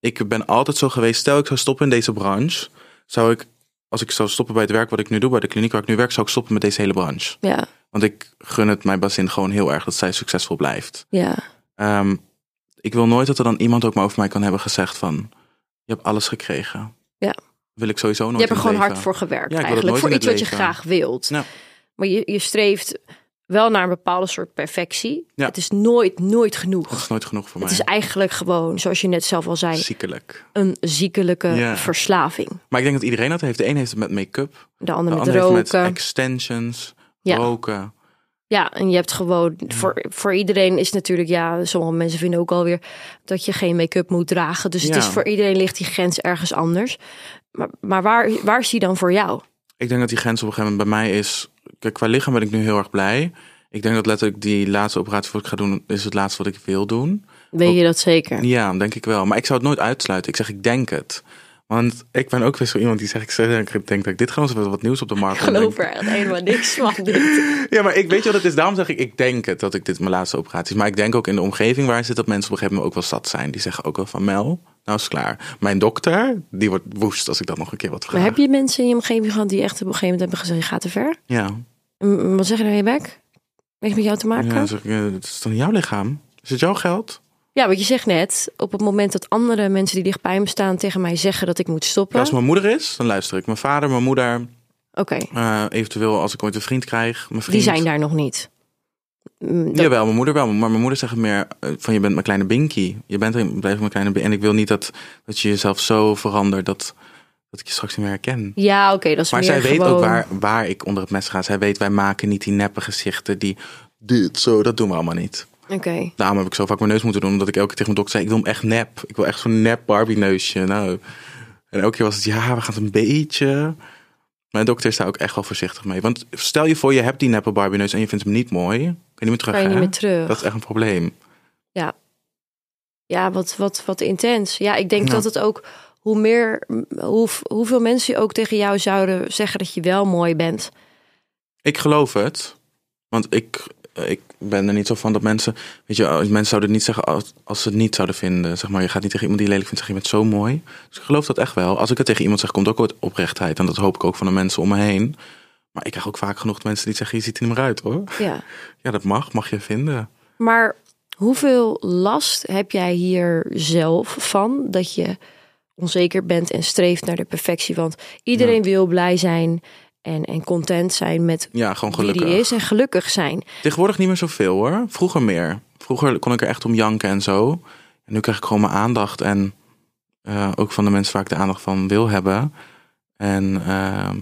[SPEAKER 2] ik ben altijd zo geweest, stel ik zou stoppen in deze branche, zou ik, als ik zou stoppen bij het werk wat ik nu doe, bij de kliniek waar ik nu werk, zou ik stoppen met deze hele branche.
[SPEAKER 3] Ja,
[SPEAKER 2] Want ik gun het mijn bazin gewoon heel erg dat zij succesvol blijft.
[SPEAKER 3] ja.
[SPEAKER 2] Ehm, ik wil nooit dat er dan iemand ook maar over mij kan hebben gezegd van... je hebt alles gekregen.
[SPEAKER 3] Ja.
[SPEAKER 2] Wil ik sowieso nooit
[SPEAKER 3] Je hebt er
[SPEAKER 2] in het
[SPEAKER 3] gewoon hard
[SPEAKER 2] leven.
[SPEAKER 3] voor gewerkt
[SPEAKER 2] Ja, ik wil het
[SPEAKER 3] eigenlijk.
[SPEAKER 2] nooit
[SPEAKER 3] Voor
[SPEAKER 2] in
[SPEAKER 3] iets
[SPEAKER 2] het
[SPEAKER 3] wat je
[SPEAKER 2] leven.
[SPEAKER 3] graag wilt.
[SPEAKER 2] Ja.
[SPEAKER 3] Maar je, je streeft wel naar een bepaalde soort perfectie.
[SPEAKER 2] Ja.
[SPEAKER 3] Het is nooit, nooit genoeg.
[SPEAKER 2] Dat is nooit genoeg voor
[SPEAKER 3] Het
[SPEAKER 2] mij.
[SPEAKER 3] is eigenlijk gewoon, zoals je net zelf al zei,
[SPEAKER 2] Ziekelijk.
[SPEAKER 3] een ziekelijke
[SPEAKER 2] Ja.
[SPEAKER 3] verslaving.
[SPEAKER 2] Maar ik denk dat iedereen dat heeft. De een heeft het met make-up.
[SPEAKER 3] De
[SPEAKER 2] De
[SPEAKER 3] ander met
[SPEAKER 2] ander heeft het
[SPEAKER 3] roken.
[SPEAKER 2] met extensions.
[SPEAKER 3] Ja.
[SPEAKER 2] Roken.
[SPEAKER 3] Ja, en je hebt gewoon, voor, voor iedereen is natuurlijk, ja, sommige mensen vinden ook alweer dat je geen make-up moet dragen. Dus het
[SPEAKER 2] Ja.
[SPEAKER 3] is voor iedereen ligt die grens ergens anders. Maar, maar waar, waar is die dan voor jou?
[SPEAKER 2] Ik denk dat die grens op een gegeven moment bij mij is... Kijk, qua lichaam ben ik nu heel erg blij. Ik denk dat letterlijk die laatste operatie wat ik ga doen... is het laatste wat ik wil doen.
[SPEAKER 3] Weet je dat zeker?
[SPEAKER 2] Ja, denk ik wel. Maar ik zou het nooit uitsluiten. Ik zeg, ik denk het. Want ik ben ook weer zo iemand die zegt, ik zeg, ik denk dat ik dit gewoon eens wat nieuws op de markt
[SPEAKER 3] Ik
[SPEAKER 2] kom
[SPEAKER 3] geloof
[SPEAKER 2] brengen.
[SPEAKER 3] er echt helemaal niks van. Dit.
[SPEAKER 2] Ja, maar ik weet je wat het is. Daarom zeg ik, ik denk het dat ik dit mijn laatste operatie is. Maar ik denk ook in de omgeving waar zit dat mensen op een gegeven moment ook wel zat zijn. Die zeggen ook wel van Mel, nou is het klaar. Mijn dokter, die wordt woest als ik dat nog een keer wat vraag.
[SPEAKER 3] Maar heb je mensen in je omgeving gehad die echt op een gegeven moment hebben gezegd, je gaat te ver?
[SPEAKER 2] Ja,
[SPEAKER 3] Mm, Wat zeg je dan, je bek? Heeft met jou te maken?
[SPEAKER 2] ja
[SPEAKER 3] Ja,
[SPEAKER 2] dan zeg ik, eh, het is dan jouw lichaam. Is het jouw geld?
[SPEAKER 3] want je zegt net, op het moment dat andere mensen die dichtbij me staan tegen mij zeggen dat ik moet
[SPEAKER 2] Ja,
[SPEAKER 3] stoppen.
[SPEAKER 2] als
[SPEAKER 3] Oké,
[SPEAKER 2] mijn moeder is, dan luister ik. Mijn vader, mijn moeder, eh, eventueel als ik ooit een vriend krijg. Mijn
[SPEAKER 3] die
[SPEAKER 2] vriend.
[SPEAKER 3] zijn daar nog niet. Mm, dat-
[SPEAKER 2] Jawel, mijn moeder wel. Maar mijn moeder zegt meer eh, van je bent mijn kleine binkie. Je bent een- blijft mijn kleine binkie. En ik wil niet dat, dat je jezelf zo verandert dat, dat ik je straks niet meer herken.
[SPEAKER 3] Ja, oké, dat is
[SPEAKER 2] Maar
[SPEAKER 3] meer
[SPEAKER 2] zij weet
[SPEAKER 3] gewoon-
[SPEAKER 2] ook waar, waar ik onder het mes ga. Zij weet, wij maken niet die neppe gezichten die dit, zo, dat doen we allemaal niet.
[SPEAKER 3] Oké,
[SPEAKER 2] Daarom heb ik zo vaak mijn neus moeten doen, omdat ik elke keer tegen mijn dokter zei, ik wil hem echt nep. Ik wil echt zo'n nep Barbie neusje. Nou. En elke keer was het, ja, we gaan het een beetje. Mijn dokter is daar ook echt wel voorzichtig mee. Want stel je voor, je hebt die neppe Barbie neus en je vindt hem niet mooi. Kan je niet meer terug,
[SPEAKER 3] kan je niet
[SPEAKER 2] hè?
[SPEAKER 3] meer terug.
[SPEAKER 2] Dat is echt een probleem.
[SPEAKER 3] Ja, wat, wat, wat intens. Ja, ik denk
[SPEAKER 2] Ja.
[SPEAKER 3] dat het ook hoe meer, hoe, hoeveel mensen ook tegen jou zouden zeggen dat je wel mooi bent.
[SPEAKER 2] Ik geloof het. Want ik, ik ben er niet zo van dat mensen. Weet je, als- mensen zouden het niet zeggen als, als ze het niet zouden vinden. Zeg maar, je gaat niet tegen iemand die je lelijk vindt zeggen: Je bent zo mooi. Dus ik geloof dat echt wel. Als ik het tegen iemand zeg, komt ook wat oprechtheid. En dat hoop ik ook van de mensen om me heen. Maar ik krijg ook vaak genoeg mensen die zeggen: Je ziet er niet meer uit hoor.
[SPEAKER 3] Ja.
[SPEAKER 2] Ja, dat mag, mag je vinden.
[SPEAKER 3] Maar hoeveel last heb jij hier zelf van dat je onzeker bent en streeft naar de perfectie? Want iedereen wil blij zijn en, en content zijn met
[SPEAKER 2] Ja, gewoon
[SPEAKER 3] wie die
[SPEAKER 2] gelukkig.
[SPEAKER 3] is en gelukkig zijn.
[SPEAKER 2] Tegenwoordig niet meer zoveel hoor. Vroeger meer. Vroeger kon ik er echt om janken en zo. En nu krijg ik gewoon mijn aandacht. En eh, ook van de mensen waar ik de aandacht van wil hebben. En ehm,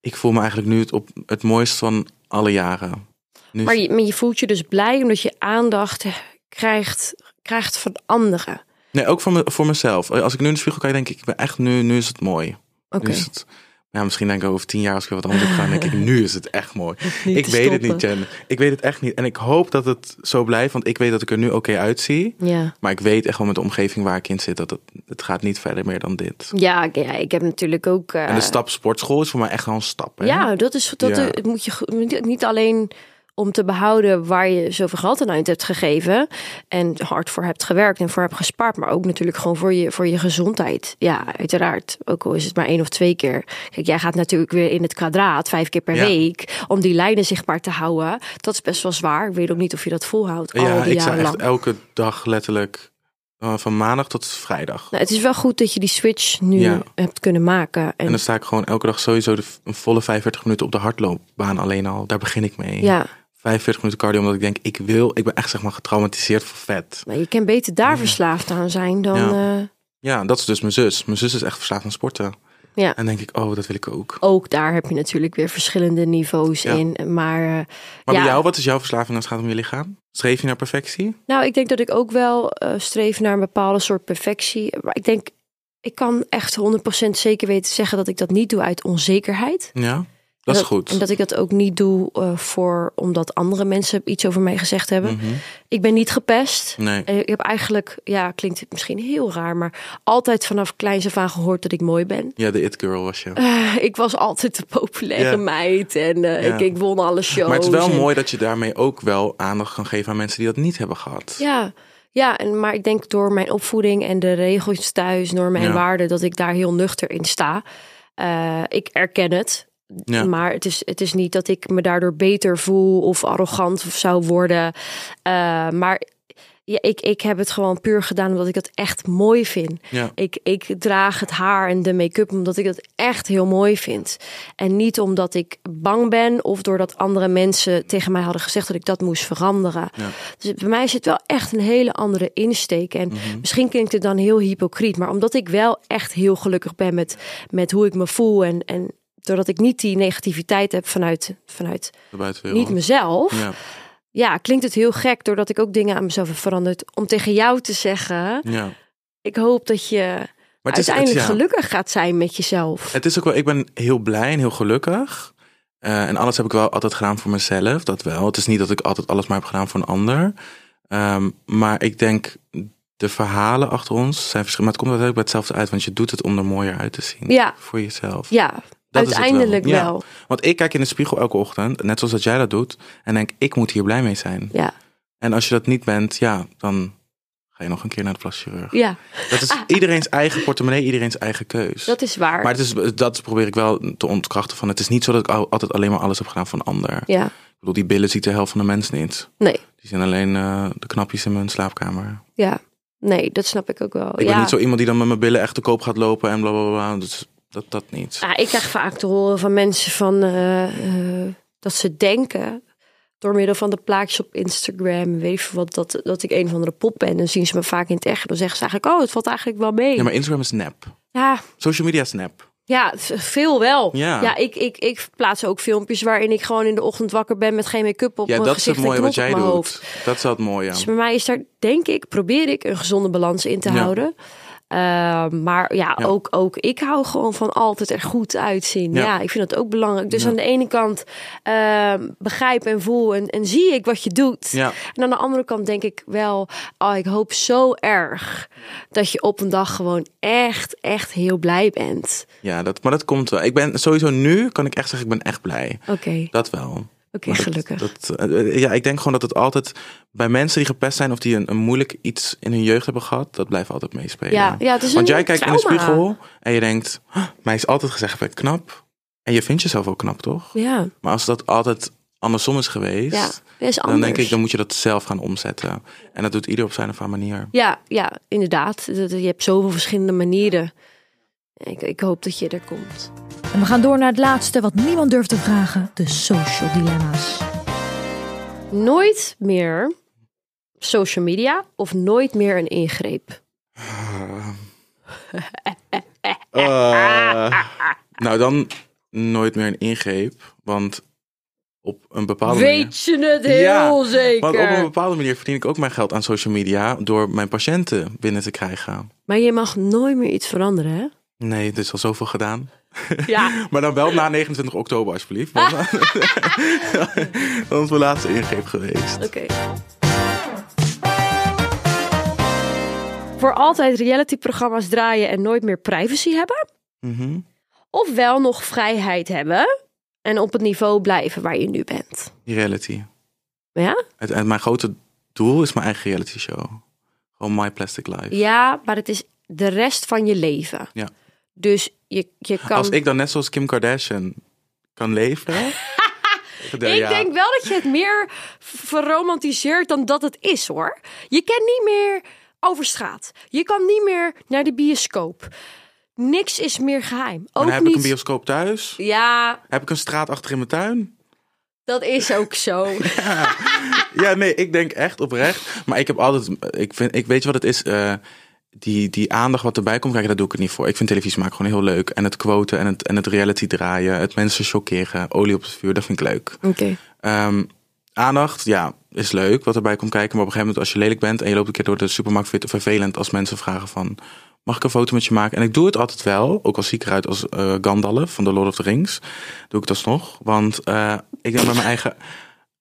[SPEAKER 2] ik voel me eigenlijk nu het, op, het mooist van alle jaren. Nu
[SPEAKER 3] Maar je, maar je voelt je dus blij omdat je aandacht krijgt, krijgt van anderen.
[SPEAKER 2] Nee, ook voor, me, voor mezelf. Als ik nu in de spiegel kijk, denk ik, ik ben echt nu, nu is het mooi.
[SPEAKER 3] Oké.
[SPEAKER 2] Nu is het Ja, misschien denk ik over tien jaar als ik weer wat anders heb gedaan, denk ik, nu is het echt mooi.
[SPEAKER 5] Niet
[SPEAKER 2] ik
[SPEAKER 5] te
[SPEAKER 2] weet het niet,
[SPEAKER 5] stoppen.
[SPEAKER 2] Jen. Ik weet het echt niet. En ik hoop dat het zo blijft, want ik weet dat ik er nu oké uitzie.
[SPEAKER 3] Ja.
[SPEAKER 2] Maar ik weet echt wel met de omgeving waar ik in zit, dat het, het gaat niet verder meer dan dit.
[SPEAKER 3] Ja, ik- ja, ik heb natuurlijk ook. eh,
[SPEAKER 2] En de stap sportschool is voor mij echt wel een stap. Hè?
[SPEAKER 3] Ja, dat is dat
[SPEAKER 2] Ja.
[SPEAKER 3] eh, moet je go- niet- niet alleen om te behouden waar je zoveel geld aan uit hebt gegeven en hard voor hebt gewerkt en voor hebt gespaard, maar ook natuurlijk gewoon voor je, voor je gezondheid. Ja, uiteraard. Ook al is het maar één of twee keer. Kijk, jij gaat natuurlijk weer in het kwadraat vijf keer per
[SPEAKER 2] Ja.
[SPEAKER 3] week om die lijnen zichtbaar te houden. Dat is best wel zwaar. Ik weet ook niet of je dat volhoudt al
[SPEAKER 2] Ja,
[SPEAKER 3] die
[SPEAKER 2] ik zou
[SPEAKER 3] jaren
[SPEAKER 2] echt
[SPEAKER 3] lang.
[SPEAKER 2] elke dag letterlijk eh, van maandag tot vrijdag.
[SPEAKER 3] Nou, het is wel goed dat je die switch nu
[SPEAKER 2] Ja.
[SPEAKER 3] hebt kunnen maken. En,
[SPEAKER 2] En dan sta ik gewoon elke dag sowieso de, v- een volle 45 minuten op de hardloopbaan alleen al. Daar begin ik mee.
[SPEAKER 3] ja,
[SPEAKER 2] 45 minuten cardio, omdat ik denk, ik wil, ik ben echt zeg maar getraumatiseerd voor vet.
[SPEAKER 3] maar je kan beter daar verslaafd aan zijn dan.
[SPEAKER 2] Ja.
[SPEAKER 3] eh,
[SPEAKER 2] Ja, dat is dus mijn zus. Mijn zus is echt verslaafd aan sporten.
[SPEAKER 3] ja.
[SPEAKER 2] En denk ik, oh, dat wil ik ook.
[SPEAKER 3] ook daar heb je natuurlijk weer verschillende niveaus
[SPEAKER 2] Ja.
[SPEAKER 3] in. Maar, eh,
[SPEAKER 2] Maar
[SPEAKER 3] ja,
[SPEAKER 2] bij jou, wat is jouw verslaving als het gaat om je lichaam? Streef je naar perfectie?
[SPEAKER 3] nou, ik denk dat ik ook wel eh, streef naar een bepaalde soort perfectie. Maar ik denk, ik kan echt 100% zeker weten zeggen dat ik dat niet doe uit onzekerheid.
[SPEAKER 2] Ja, dat is
[SPEAKER 3] En
[SPEAKER 2] goed.
[SPEAKER 3] En dat ik dat ook niet doe eh, voor omdat andere mensen iets over mij gezegd hebben. Ik ben niet gepest.
[SPEAKER 2] Mhm. Nee.
[SPEAKER 3] En ik heb eigenlijk, ja, klinkt misschien heel raar, maar altijd vanaf kleins af aan gehoord dat ik mooi ben.
[SPEAKER 2] Ja, de it girl was je.
[SPEAKER 3] Eh, ik was altijd de populaire
[SPEAKER 2] Ja.
[SPEAKER 3] meid en eh,
[SPEAKER 2] Ja.
[SPEAKER 3] ik, ik won alle shows.
[SPEAKER 2] Maar het is wel
[SPEAKER 3] en-
[SPEAKER 2] mooi dat je daarmee ook wel aandacht kan geven aan mensen die dat niet hebben gehad.
[SPEAKER 3] Ja, ja en, maar ik denk door mijn opvoeding en de regels thuis, normen en
[SPEAKER 2] Ja.
[SPEAKER 3] waarden, dat ik daar heel nuchter in sta. Eh, ik erken het.
[SPEAKER 2] Ja.
[SPEAKER 3] Maar het is, het is niet dat ik me daardoor beter voel of arrogant of zou worden. Eh, maar ja, ik, ik heb het gewoon puur gedaan omdat ik dat echt mooi vind.
[SPEAKER 2] Ja.
[SPEAKER 3] Ik, ik draag het haar en de make-up omdat ik dat echt heel mooi vind. En niet omdat ik bang ben of doordat andere mensen tegen mij hadden gezegd dat ik dat moest veranderen. Dus bij mij zit wel echt een hele andere insteek. En
[SPEAKER 2] Mhm.
[SPEAKER 3] misschien klinkt het dan heel hypocriet, maar omdat ik wel echt heel gelukkig ben met, met hoe ik me voel en. en Doordat ik niet die negativiteit heb vanuit, vanuit
[SPEAKER 2] De buitenwereld.
[SPEAKER 3] niet mezelf,
[SPEAKER 2] Ja.
[SPEAKER 3] ja, klinkt het heel gek doordat ik ook dingen aan mezelf heb veranderd. Om tegen jou te zeggen,
[SPEAKER 2] ja.
[SPEAKER 3] ik hoop dat je
[SPEAKER 2] Maar het is- het-
[SPEAKER 3] uiteindelijk
[SPEAKER 2] ja.
[SPEAKER 3] gelukkig gaat zijn met jezelf.
[SPEAKER 2] Het is ook wel, ik ben heel blij en heel gelukkig. Eh, en alles heb ik wel altijd gedaan voor mezelf, dat wel. Het is niet dat ik altijd alles maar heb gedaan voor een ander. Ehm, maar ik denk, de verhalen achter ons zijn verschillend. Maar het komt uiteindelijk bij hetzelfde uit, want je doet het om er mooier uit te zien.
[SPEAKER 3] Ja.
[SPEAKER 2] Voor jezelf.
[SPEAKER 3] ja,
[SPEAKER 2] Dat is het
[SPEAKER 3] uiteindelijk
[SPEAKER 2] Ja.
[SPEAKER 3] wel.
[SPEAKER 2] Want ik kijk in de spiegel elke ochtend, net zoals dat jij dat doet. En denk, ik moet hier blij mee zijn.
[SPEAKER 3] Ja.
[SPEAKER 2] En als je dat niet bent, ja, dan ga je nog een keer naar de plastic chirurg.
[SPEAKER 3] ja,
[SPEAKER 2] Dat is iedereen's eigen portemonnee, iedereen's eigen keus.
[SPEAKER 3] Ah. dat is waar.
[SPEAKER 2] Maar het is, dat probeer ik wel te ontkrachten van. Het is niet zo dat ik al- altijd alleen maar alles heb gedaan van een ander.
[SPEAKER 3] Ja,
[SPEAKER 2] Ik bedoel, die billen ziet de helft van de mens niet.
[SPEAKER 3] nee,
[SPEAKER 2] Die zijn alleen eh, de knapjes in mijn slaapkamer.
[SPEAKER 3] ja. Nee, dat snap ik ook wel.
[SPEAKER 2] Ik
[SPEAKER 3] ja.
[SPEAKER 2] ben niet zo iemand die dan met mijn billen echt te koop gaat lopen en bla bla bla. Dus dat, dat niet.
[SPEAKER 3] Ah, ik krijg vaak te horen van mensen van, eh, eh, dat ze denken door middel van de plaatjes op Instagram, weet ik veel wat, dat, dat ik een of andere pop ben. Dan zien ze me vaak in het echt. Dan zeggen ze eigenlijk, oh, het valt eigenlijk wel mee.
[SPEAKER 2] Ja, maar Instagram is nep.
[SPEAKER 3] ja,
[SPEAKER 2] Social media is nep.
[SPEAKER 3] Ja, v- veel wel.
[SPEAKER 2] Ja.
[SPEAKER 3] ik, ik, ik plaats ook filmpjes waarin ik gewoon in de ochtend wakker ben met geen make-up op
[SPEAKER 2] Ja,
[SPEAKER 3] mijn
[SPEAKER 2] dat is
[SPEAKER 3] gezicht
[SPEAKER 2] het mooie
[SPEAKER 3] en
[SPEAKER 2] wat
[SPEAKER 3] knop
[SPEAKER 2] jij
[SPEAKER 3] op
[SPEAKER 2] doet.
[SPEAKER 3] mijn hoofd.
[SPEAKER 2] Dat is wel het mooie.
[SPEAKER 3] Dus bij mij is daar, denk ik, probeer ik een gezonde balans in te
[SPEAKER 2] Ja.
[SPEAKER 3] houden. Eh, maar ja,
[SPEAKER 2] Ja.
[SPEAKER 3] Ook, ook ik hou gewoon van altijd er goed uitzien. Ja,
[SPEAKER 2] Ja.
[SPEAKER 3] ik vind dat ook belangrijk. Dus aan de ene kant eh, begrijp en voel en, en zie ik wat je doet.
[SPEAKER 2] Ja.
[SPEAKER 3] En aan de andere kant denk ik wel, ah, ik hoop zo erg dat je op een dag gewoon echt, echt heel blij bent.
[SPEAKER 2] Ja, dat, maar dat komt wel. Ik ben sowieso nu, kan ik echt zeggen, ik ben echt blij.
[SPEAKER 3] Oké.
[SPEAKER 2] Dat wel.
[SPEAKER 3] Oké,
[SPEAKER 2] Maar dat-
[SPEAKER 3] gelukkig.
[SPEAKER 2] Dat, eh, ja, ik denk gewoon dat het altijd bij mensen die gepest zijn of die een, een moeilijk iets in hun jeugd hebben gehad, dat blijft altijd meespelen.
[SPEAKER 3] Ja, ja, het is
[SPEAKER 2] Want
[SPEAKER 3] een
[SPEAKER 2] jij kijkt in de
[SPEAKER 3] trauma.
[SPEAKER 2] spiegel en je denkt, "Huh, mij is altijd gezegd, ik ben knap. En je vindt jezelf ook knap, toch?
[SPEAKER 3] ja,
[SPEAKER 2] Maar als dat altijd andersom is geweest,
[SPEAKER 3] ja, is
[SPEAKER 2] dan
[SPEAKER 3] anders.
[SPEAKER 2] denk ik, dan moet je dat zelf gaan omzetten. En dat doet ieder op zijn of haar manier.
[SPEAKER 3] Ja, ja, inderdaad. Dat- Je hebt zoveel verschillende manieren. Ik, ik hoop dat je er komt.
[SPEAKER 5] En we gaan door naar het laatste wat niemand durft te vragen: de social dilemma's.
[SPEAKER 3] Nooit meer social media of nooit meer een ingreep.
[SPEAKER 2] Eh, nou, dan nooit meer een ingreep, want op een bepaalde manier...
[SPEAKER 3] Weet je het heel
[SPEAKER 2] Ja, Want op een
[SPEAKER 3] zeker?
[SPEAKER 2] bepaalde manier verdien ik ook mijn geld aan social media door mijn patiënten binnen te krijgen.
[SPEAKER 3] Maar je mag nooit meer iets veranderen, hè?
[SPEAKER 2] Nee, het is al zoveel gedaan.
[SPEAKER 3] Ja,
[SPEAKER 2] Maar dan wel na 29 oktober, alsjeblieft. Want dan is mijn laatste ingreep geweest.
[SPEAKER 3] oké. Voor altijd realityprogramma's draaien en nooit meer privacy hebben?
[SPEAKER 2] Mhm.
[SPEAKER 3] Of wel nog vrijheid hebben en op het niveau blijven waar je nu bent?
[SPEAKER 2] Die reality.
[SPEAKER 3] Ja?
[SPEAKER 2] Het, en mijn grote doel is mijn eigen reality show. Gewoon My Plastic Life.
[SPEAKER 3] Ja, maar het is de rest van je leven.
[SPEAKER 2] Ja.
[SPEAKER 3] Dus je, je kan...
[SPEAKER 2] Als ik dan net zoals Kim Kardashian kan leven.
[SPEAKER 3] Ik denk wel dat je het meer v- verromantiseert dan dat het is hoor. Je kan niet meer over straat. Je kan niet meer naar de bioscoop. Niks is meer geheim. Ook
[SPEAKER 2] Dan heb
[SPEAKER 3] niet...
[SPEAKER 2] ik een bioscoop thuis.
[SPEAKER 3] Ja,
[SPEAKER 2] Heb ik een straat achter in mijn tuin?
[SPEAKER 3] dat is ook zo.
[SPEAKER 2] Ja, nee, ik denk echt oprecht. Maar ik heb altijd. Ik, vind, ik weet je wat het is. eh, die, die aandacht wat erbij komt krijgen, daar doe ik het niet voor. Ik vind televisie maken gewoon heel leuk. En het quoten en het, en het reality draaien. Het mensen chockeren. Olie op het vuur, dat vind ik leuk.
[SPEAKER 3] Oké.
[SPEAKER 2] Ehm, aandacht, ja, is leuk wat erbij komt kijken. Maar op een gegeven moment, als je lelijk bent en je loopt een keer door de supermarkt, vind je het vervelend als mensen vragen van... Mag ik een foto met je maken? En ik doe het altijd wel. Ook al zie ik eruit als eh, Gandalf van The Lord of the Rings. Doe ik dat nog. Want eh, ik denk bij mijn eigen...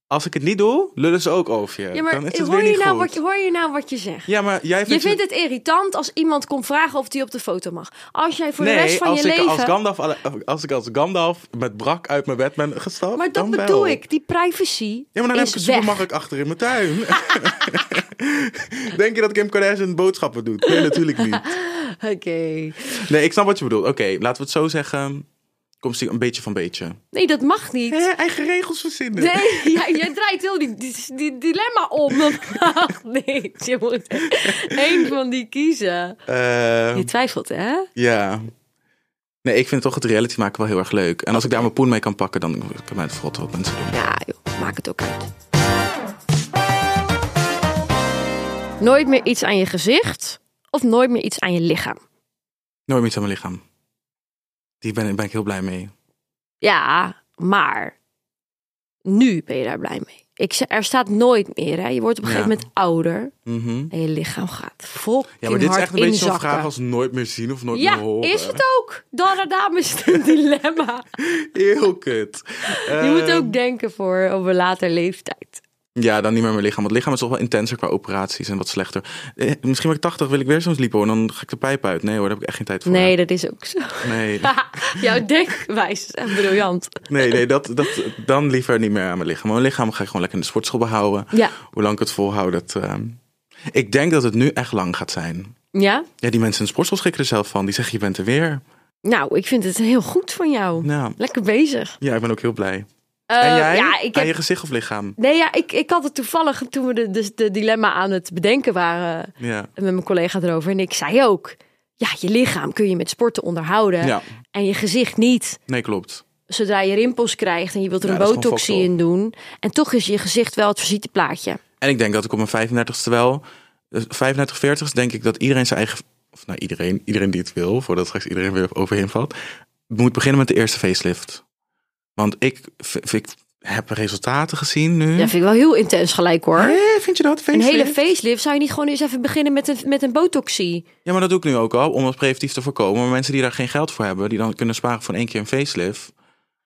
[SPEAKER 2] Als ik het niet doe, lullen ze ook over je.
[SPEAKER 3] Ja, maar
[SPEAKER 2] Dan is het
[SPEAKER 3] hoor
[SPEAKER 2] weer
[SPEAKER 3] je,
[SPEAKER 2] niet
[SPEAKER 3] nou
[SPEAKER 2] goed.
[SPEAKER 3] wat, je- hoor je nou wat je zegt?
[SPEAKER 2] Ja, maar jij
[SPEAKER 3] Je
[SPEAKER 2] vindt...
[SPEAKER 3] vindt het irritant als iemand komt vragen of die op de foto mag. Als jij voor
[SPEAKER 2] nee,
[SPEAKER 3] de rest van
[SPEAKER 2] als,
[SPEAKER 3] je
[SPEAKER 2] ik
[SPEAKER 3] leven...
[SPEAKER 2] Als, Gandalf, als ik als Gandalf met brak uit mijn bed ben gestapt,
[SPEAKER 3] Maar dat
[SPEAKER 2] dan wel.
[SPEAKER 3] bedoel ik. Die privacy
[SPEAKER 2] Ja, maar dan heb
[SPEAKER 3] is
[SPEAKER 2] ik een
[SPEAKER 3] weg.
[SPEAKER 2] supermarkt achter in mijn tuin. Denk je dat Kim Kardashian boodschappen doet? Nee, natuurlijk niet.
[SPEAKER 3] Oké.
[SPEAKER 2] Nee, ik snap wat je bedoelt. Oké, laten we het zo zeggen. Komt een beetje van beetje.
[SPEAKER 3] Nee, dat mag niet.
[SPEAKER 2] eigen regels verzinnen.
[SPEAKER 3] Nee, ja, jij draait heel die, die, die dilemma om. Dat mag niet. Je moet één van die kiezen.
[SPEAKER 2] Eh,
[SPEAKER 3] Je twijfelt, hè?
[SPEAKER 2] ja. Nee, ik vind toch het reality maken wel heel erg leuk. En als ik daar mijn poen mee kan pakken, dan kan mij het verrotten wat mensen doen.
[SPEAKER 3] Ja, joh, maak het ook uit. Nooit meer iets aan je gezicht of nooit meer iets aan je lichaam.
[SPEAKER 2] Nooit meer iets aan mijn lichaam. Die ben, ben ik heel blij mee.
[SPEAKER 3] Ja, maar nu ben je daar blij mee. Ik, zeg, er staat nooit meer, hè? Je wordt op een
[SPEAKER 2] Ja.
[SPEAKER 3] gegeven moment ouder
[SPEAKER 2] Mhm.
[SPEAKER 3] en je lichaam gaat vol
[SPEAKER 2] Ja, maar dit is echt een beetje zo'n
[SPEAKER 3] inzakken.
[SPEAKER 2] vraag als nooit meer zien of nooit
[SPEAKER 3] Ja,
[SPEAKER 2] meer horen.
[SPEAKER 3] is het ook. Dora dames, het een dilemma.
[SPEAKER 2] Heel kut.
[SPEAKER 3] Je moet
[SPEAKER 2] Ehm,
[SPEAKER 3] ook denken voor op een later leeftijd.
[SPEAKER 2] Ja, dan niet meer mijn lichaam. Want het lichaam is toch wel intenser qua operaties en wat slechter. Eh, misschien ben ik 80, wil ik weer zo'n lipo en dan ga ik de pijp uit. Nee hoor, daar heb ik echt geen tijd voor.
[SPEAKER 3] Nee, dat is ook zo.
[SPEAKER 2] Nee,
[SPEAKER 3] Jouw denkwijze is echt briljant.
[SPEAKER 2] nee, nee dat, dat, dan liever niet meer aan mijn lichaam. Maar Mijn lichaam ga ik gewoon lekker in de sportschool behouden.
[SPEAKER 3] Ja.
[SPEAKER 2] Hoe lang ik het volhoud, dat... eh, ik denk dat het nu echt lang gaat zijn.
[SPEAKER 3] Ja?
[SPEAKER 2] Ja, die mensen in de sportschool schrikken er zelf van. Die zeggen, je bent er weer.
[SPEAKER 3] Nou, ik vind het heel goed van jou.
[SPEAKER 2] Nou,
[SPEAKER 3] Lekker bezig.
[SPEAKER 2] ja, ik ben ook heel blij.
[SPEAKER 3] Eh,
[SPEAKER 2] en jij?
[SPEAKER 3] Ja, ik
[SPEAKER 2] Aan
[SPEAKER 3] heb-
[SPEAKER 2] je gezicht of lichaam?
[SPEAKER 3] Nee, ja, ik, ik had het toevallig toen we de, dus de dilemma aan het bedenken waren
[SPEAKER 2] Ja.
[SPEAKER 3] met mijn collega erover. En ik zei ook, ja, je lichaam kun je met sporten onderhouden
[SPEAKER 2] Ja.
[SPEAKER 3] en je gezicht niet.
[SPEAKER 2] Nee, klopt.
[SPEAKER 3] Zodra je rimpels krijgt en je wilt er
[SPEAKER 2] Ja,
[SPEAKER 3] een
[SPEAKER 2] dat is gewoon
[SPEAKER 3] botoxie
[SPEAKER 2] fucked Hm?
[SPEAKER 3] in doen. En toch is je gezicht wel het visiteplaatje.
[SPEAKER 2] En ik denk dat ik op mijn 35ste wel, eh, 35, 40 denk ik dat iedereen zijn eigen, of nou iedereen, iedereen die het wil, voordat straks iedereen weer overheen valt, moet beginnen met de eerste facelift. Want ik, v- ik heb resultaten gezien nu.
[SPEAKER 3] Ja, vind ik wel heel intens gelijk hoor.
[SPEAKER 2] Eh, vind je dat?
[SPEAKER 3] Een
[SPEAKER 2] Facelift?
[SPEAKER 3] hele facelift, zou je niet gewoon eens even beginnen met een, met een botoxie?
[SPEAKER 2] Ja, maar dat doe ik nu ook al, om het preventief te voorkomen. Maar mensen die daar geen geld voor hebben, die dan kunnen sparen voor één keer een facelift.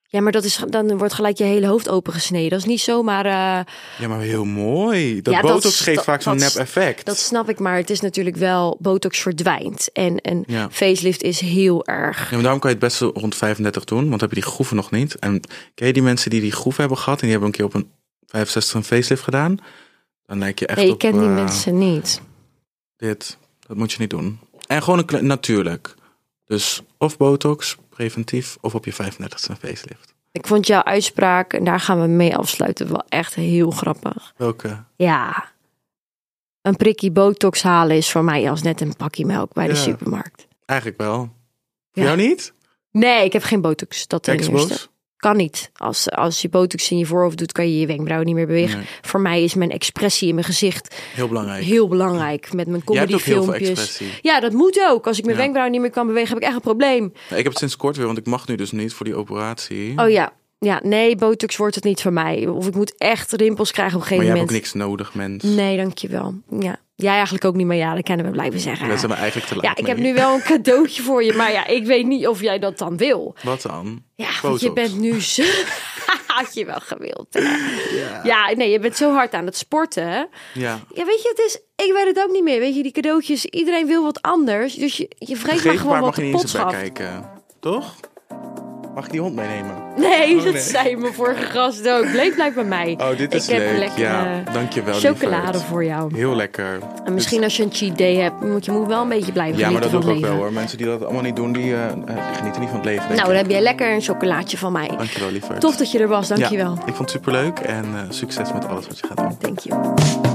[SPEAKER 3] Ja, maar dat is, dan wordt gelijk je hele hoofd opengesneden. Dat is niet zomaar... eh,
[SPEAKER 2] Ja, maar heel mooi. Dat
[SPEAKER 3] Ja, dat
[SPEAKER 2] botox
[SPEAKER 3] is-
[SPEAKER 2] geeft
[SPEAKER 3] dat-
[SPEAKER 2] vaak zo'n
[SPEAKER 3] dat
[SPEAKER 2] nep
[SPEAKER 3] is-
[SPEAKER 2] effect.
[SPEAKER 3] dat snap ik, maar het is natuurlijk wel... Botox verdwijnt. En een
[SPEAKER 2] Ja.
[SPEAKER 3] facelift is heel erg...
[SPEAKER 2] Ja, maar daarom kan je het beste rond 35 doen, want dan heb je die groeven nog niet. En ken je die mensen die die groeven hebben gehad en die hebben een keer op een 65 een facelift gedaan? Dan lijk je echt
[SPEAKER 3] nee, ik
[SPEAKER 2] op
[SPEAKER 3] ken die
[SPEAKER 2] eh,
[SPEAKER 3] mensen niet.
[SPEAKER 2] dit. Dat moet je niet doen. En gewoon een kle- natuurlijk. Dus of botox, preventief, of op je 35ste een facelift.
[SPEAKER 3] Ik vond jouw uitspraak, en daar gaan we mee afsluiten, wel echt heel grappig.
[SPEAKER 2] Welke?
[SPEAKER 3] Ja. Een prikkie botox halen is voor mij als net een pakje melk bij de
[SPEAKER 2] Ja.
[SPEAKER 3] supermarkt.
[SPEAKER 2] Eigenlijk wel. Voor
[SPEAKER 3] Ja.
[SPEAKER 2] jou niet?
[SPEAKER 3] Nee, ik heb geen botox. Dat ten
[SPEAKER 2] Kijk
[SPEAKER 3] eerste.
[SPEAKER 2] eens boos.
[SPEAKER 3] Kan niet. Als, als je botox in je voorhoofd doet, kan je je wenkbrauwen niet meer bewegen.
[SPEAKER 2] Nee.
[SPEAKER 3] Voor mij is mijn expressie in mijn gezicht
[SPEAKER 2] Heel belangrijk.
[SPEAKER 3] heel belangrijk. Met mijn
[SPEAKER 2] Jij hebt ook heel veel
[SPEAKER 3] comedyfilmpjes.
[SPEAKER 2] expressie.
[SPEAKER 3] Ja, dat moet ook. Als ik mijn
[SPEAKER 2] Ja.
[SPEAKER 3] wenkbrauwen niet meer kan bewegen, heb ik echt een probleem.
[SPEAKER 2] Ik heb het sinds kort weer, want ik mag nu dus niet voor die operatie.
[SPEAKER 3] Oh ja, Ja, nee, botox wordt het niet voor mij. Of ik moet echt rimpels krijgen op een
[SPEAKER 2] Maar
[SPEAKER 3] gegeven
[SPEAKER 2] jij hebt ook
[SPEAKER 3] moment.
[SPEAKER 2] niks nodig, mens.
[SPEAKER 3] Nee, dankjewel. Ja. Jij eigenlijk ook niet, maar ja, dat kunnen we blijven zeggen.
[SPEAKER 2] Dat zijn we eigenlijk te laat
[SPEAKER 3] ja, ik
[SPEAKER 2] mee.
[SPEAKER 3] heb nu wel een cadeautje voor je, maar ja, ik weet niet of jij dat dan wil.
[SPEAKER 2] Wat dan?
[SPEAKER 3] Ja, want
[SPEAKER 2] Botox.
[SPEAKER 3] je bent nu zo... Had je wel gewild. hè? Ja, nee, je bent zo hard aan het sporten. hè?
[SPEAKER 2] Ja.
[SPEAKER 3] Ja, weet je, het is... Ik weet het ook niet meer. Weet je, die cadeautjes, iedereen wil wat anders. Dus je, je vreet maar
[SPEAKER 2] Geef
[SPEAKER 3] gewoon
[SPEAKER 2] maar
[SPEAKER 3] wat
[SPEAKER 2] mag je
[SPEAKER 3] de
[SPEAKER 2] niet
[SPEAKER 3] pot
[SPEAKER 2] eens erbij
[SPEAKER 3] schaft.
[SPEAKER 2] kijken. Toch? Mag ik die hond meenemen?
[SPEAKER 3] Nee, dat
[SPEAKER 2] Oh, nee.
[SPEAKER 3] zei mijn vorige gast ook. Bleef blijft bij mij.
[SPEAKER 2] Oh, dit is
[SPEAKER 3] ik heb
[SPEAKER 2] leuk.
[SPEAKER 3] lekkere
[SPEAKER 2] ja, dankjewel.
[SPEAKER 3] chocolade
[SPEAKER 2] lieverd.
[SPEAKER 3] voor jou.
[SPEAKER 2] Heel lekker. Dus-
[SPEAKER 3] En misschien als je een cheat day hebt, moet je moet wel een beetje blijven
[SPEAKER 2] Ja, maar dat doe
[SPEAKER 3] genieten
[SPEAKER 2] ik ook
[SPEAKER 3] van het
[SPEAKER 2] wel
[SPEAKER 3] leven.
[SPEAKER 2] hoor. Mensen die dat allemaal niet doen, die, eh, eh, die genieten niet van het leven. denk
[SPEAKER 3] Nou, dan
[SPEAKER 2] ik.
[SPEAKER 3] heb jij lekker een chocolaatje van mij.
[SPEAKER 2] Dankjewel, lieverd.
[SPEAKER 3] Tof dat je er was,
[SPEAKER 2] Ja,
[SPEAKER 3] dankjewel.
[SPEAKER 2] ik vond het superleuk en eh, succes met alles wat je gaat doen.
[SPEAKER 3] Thank you.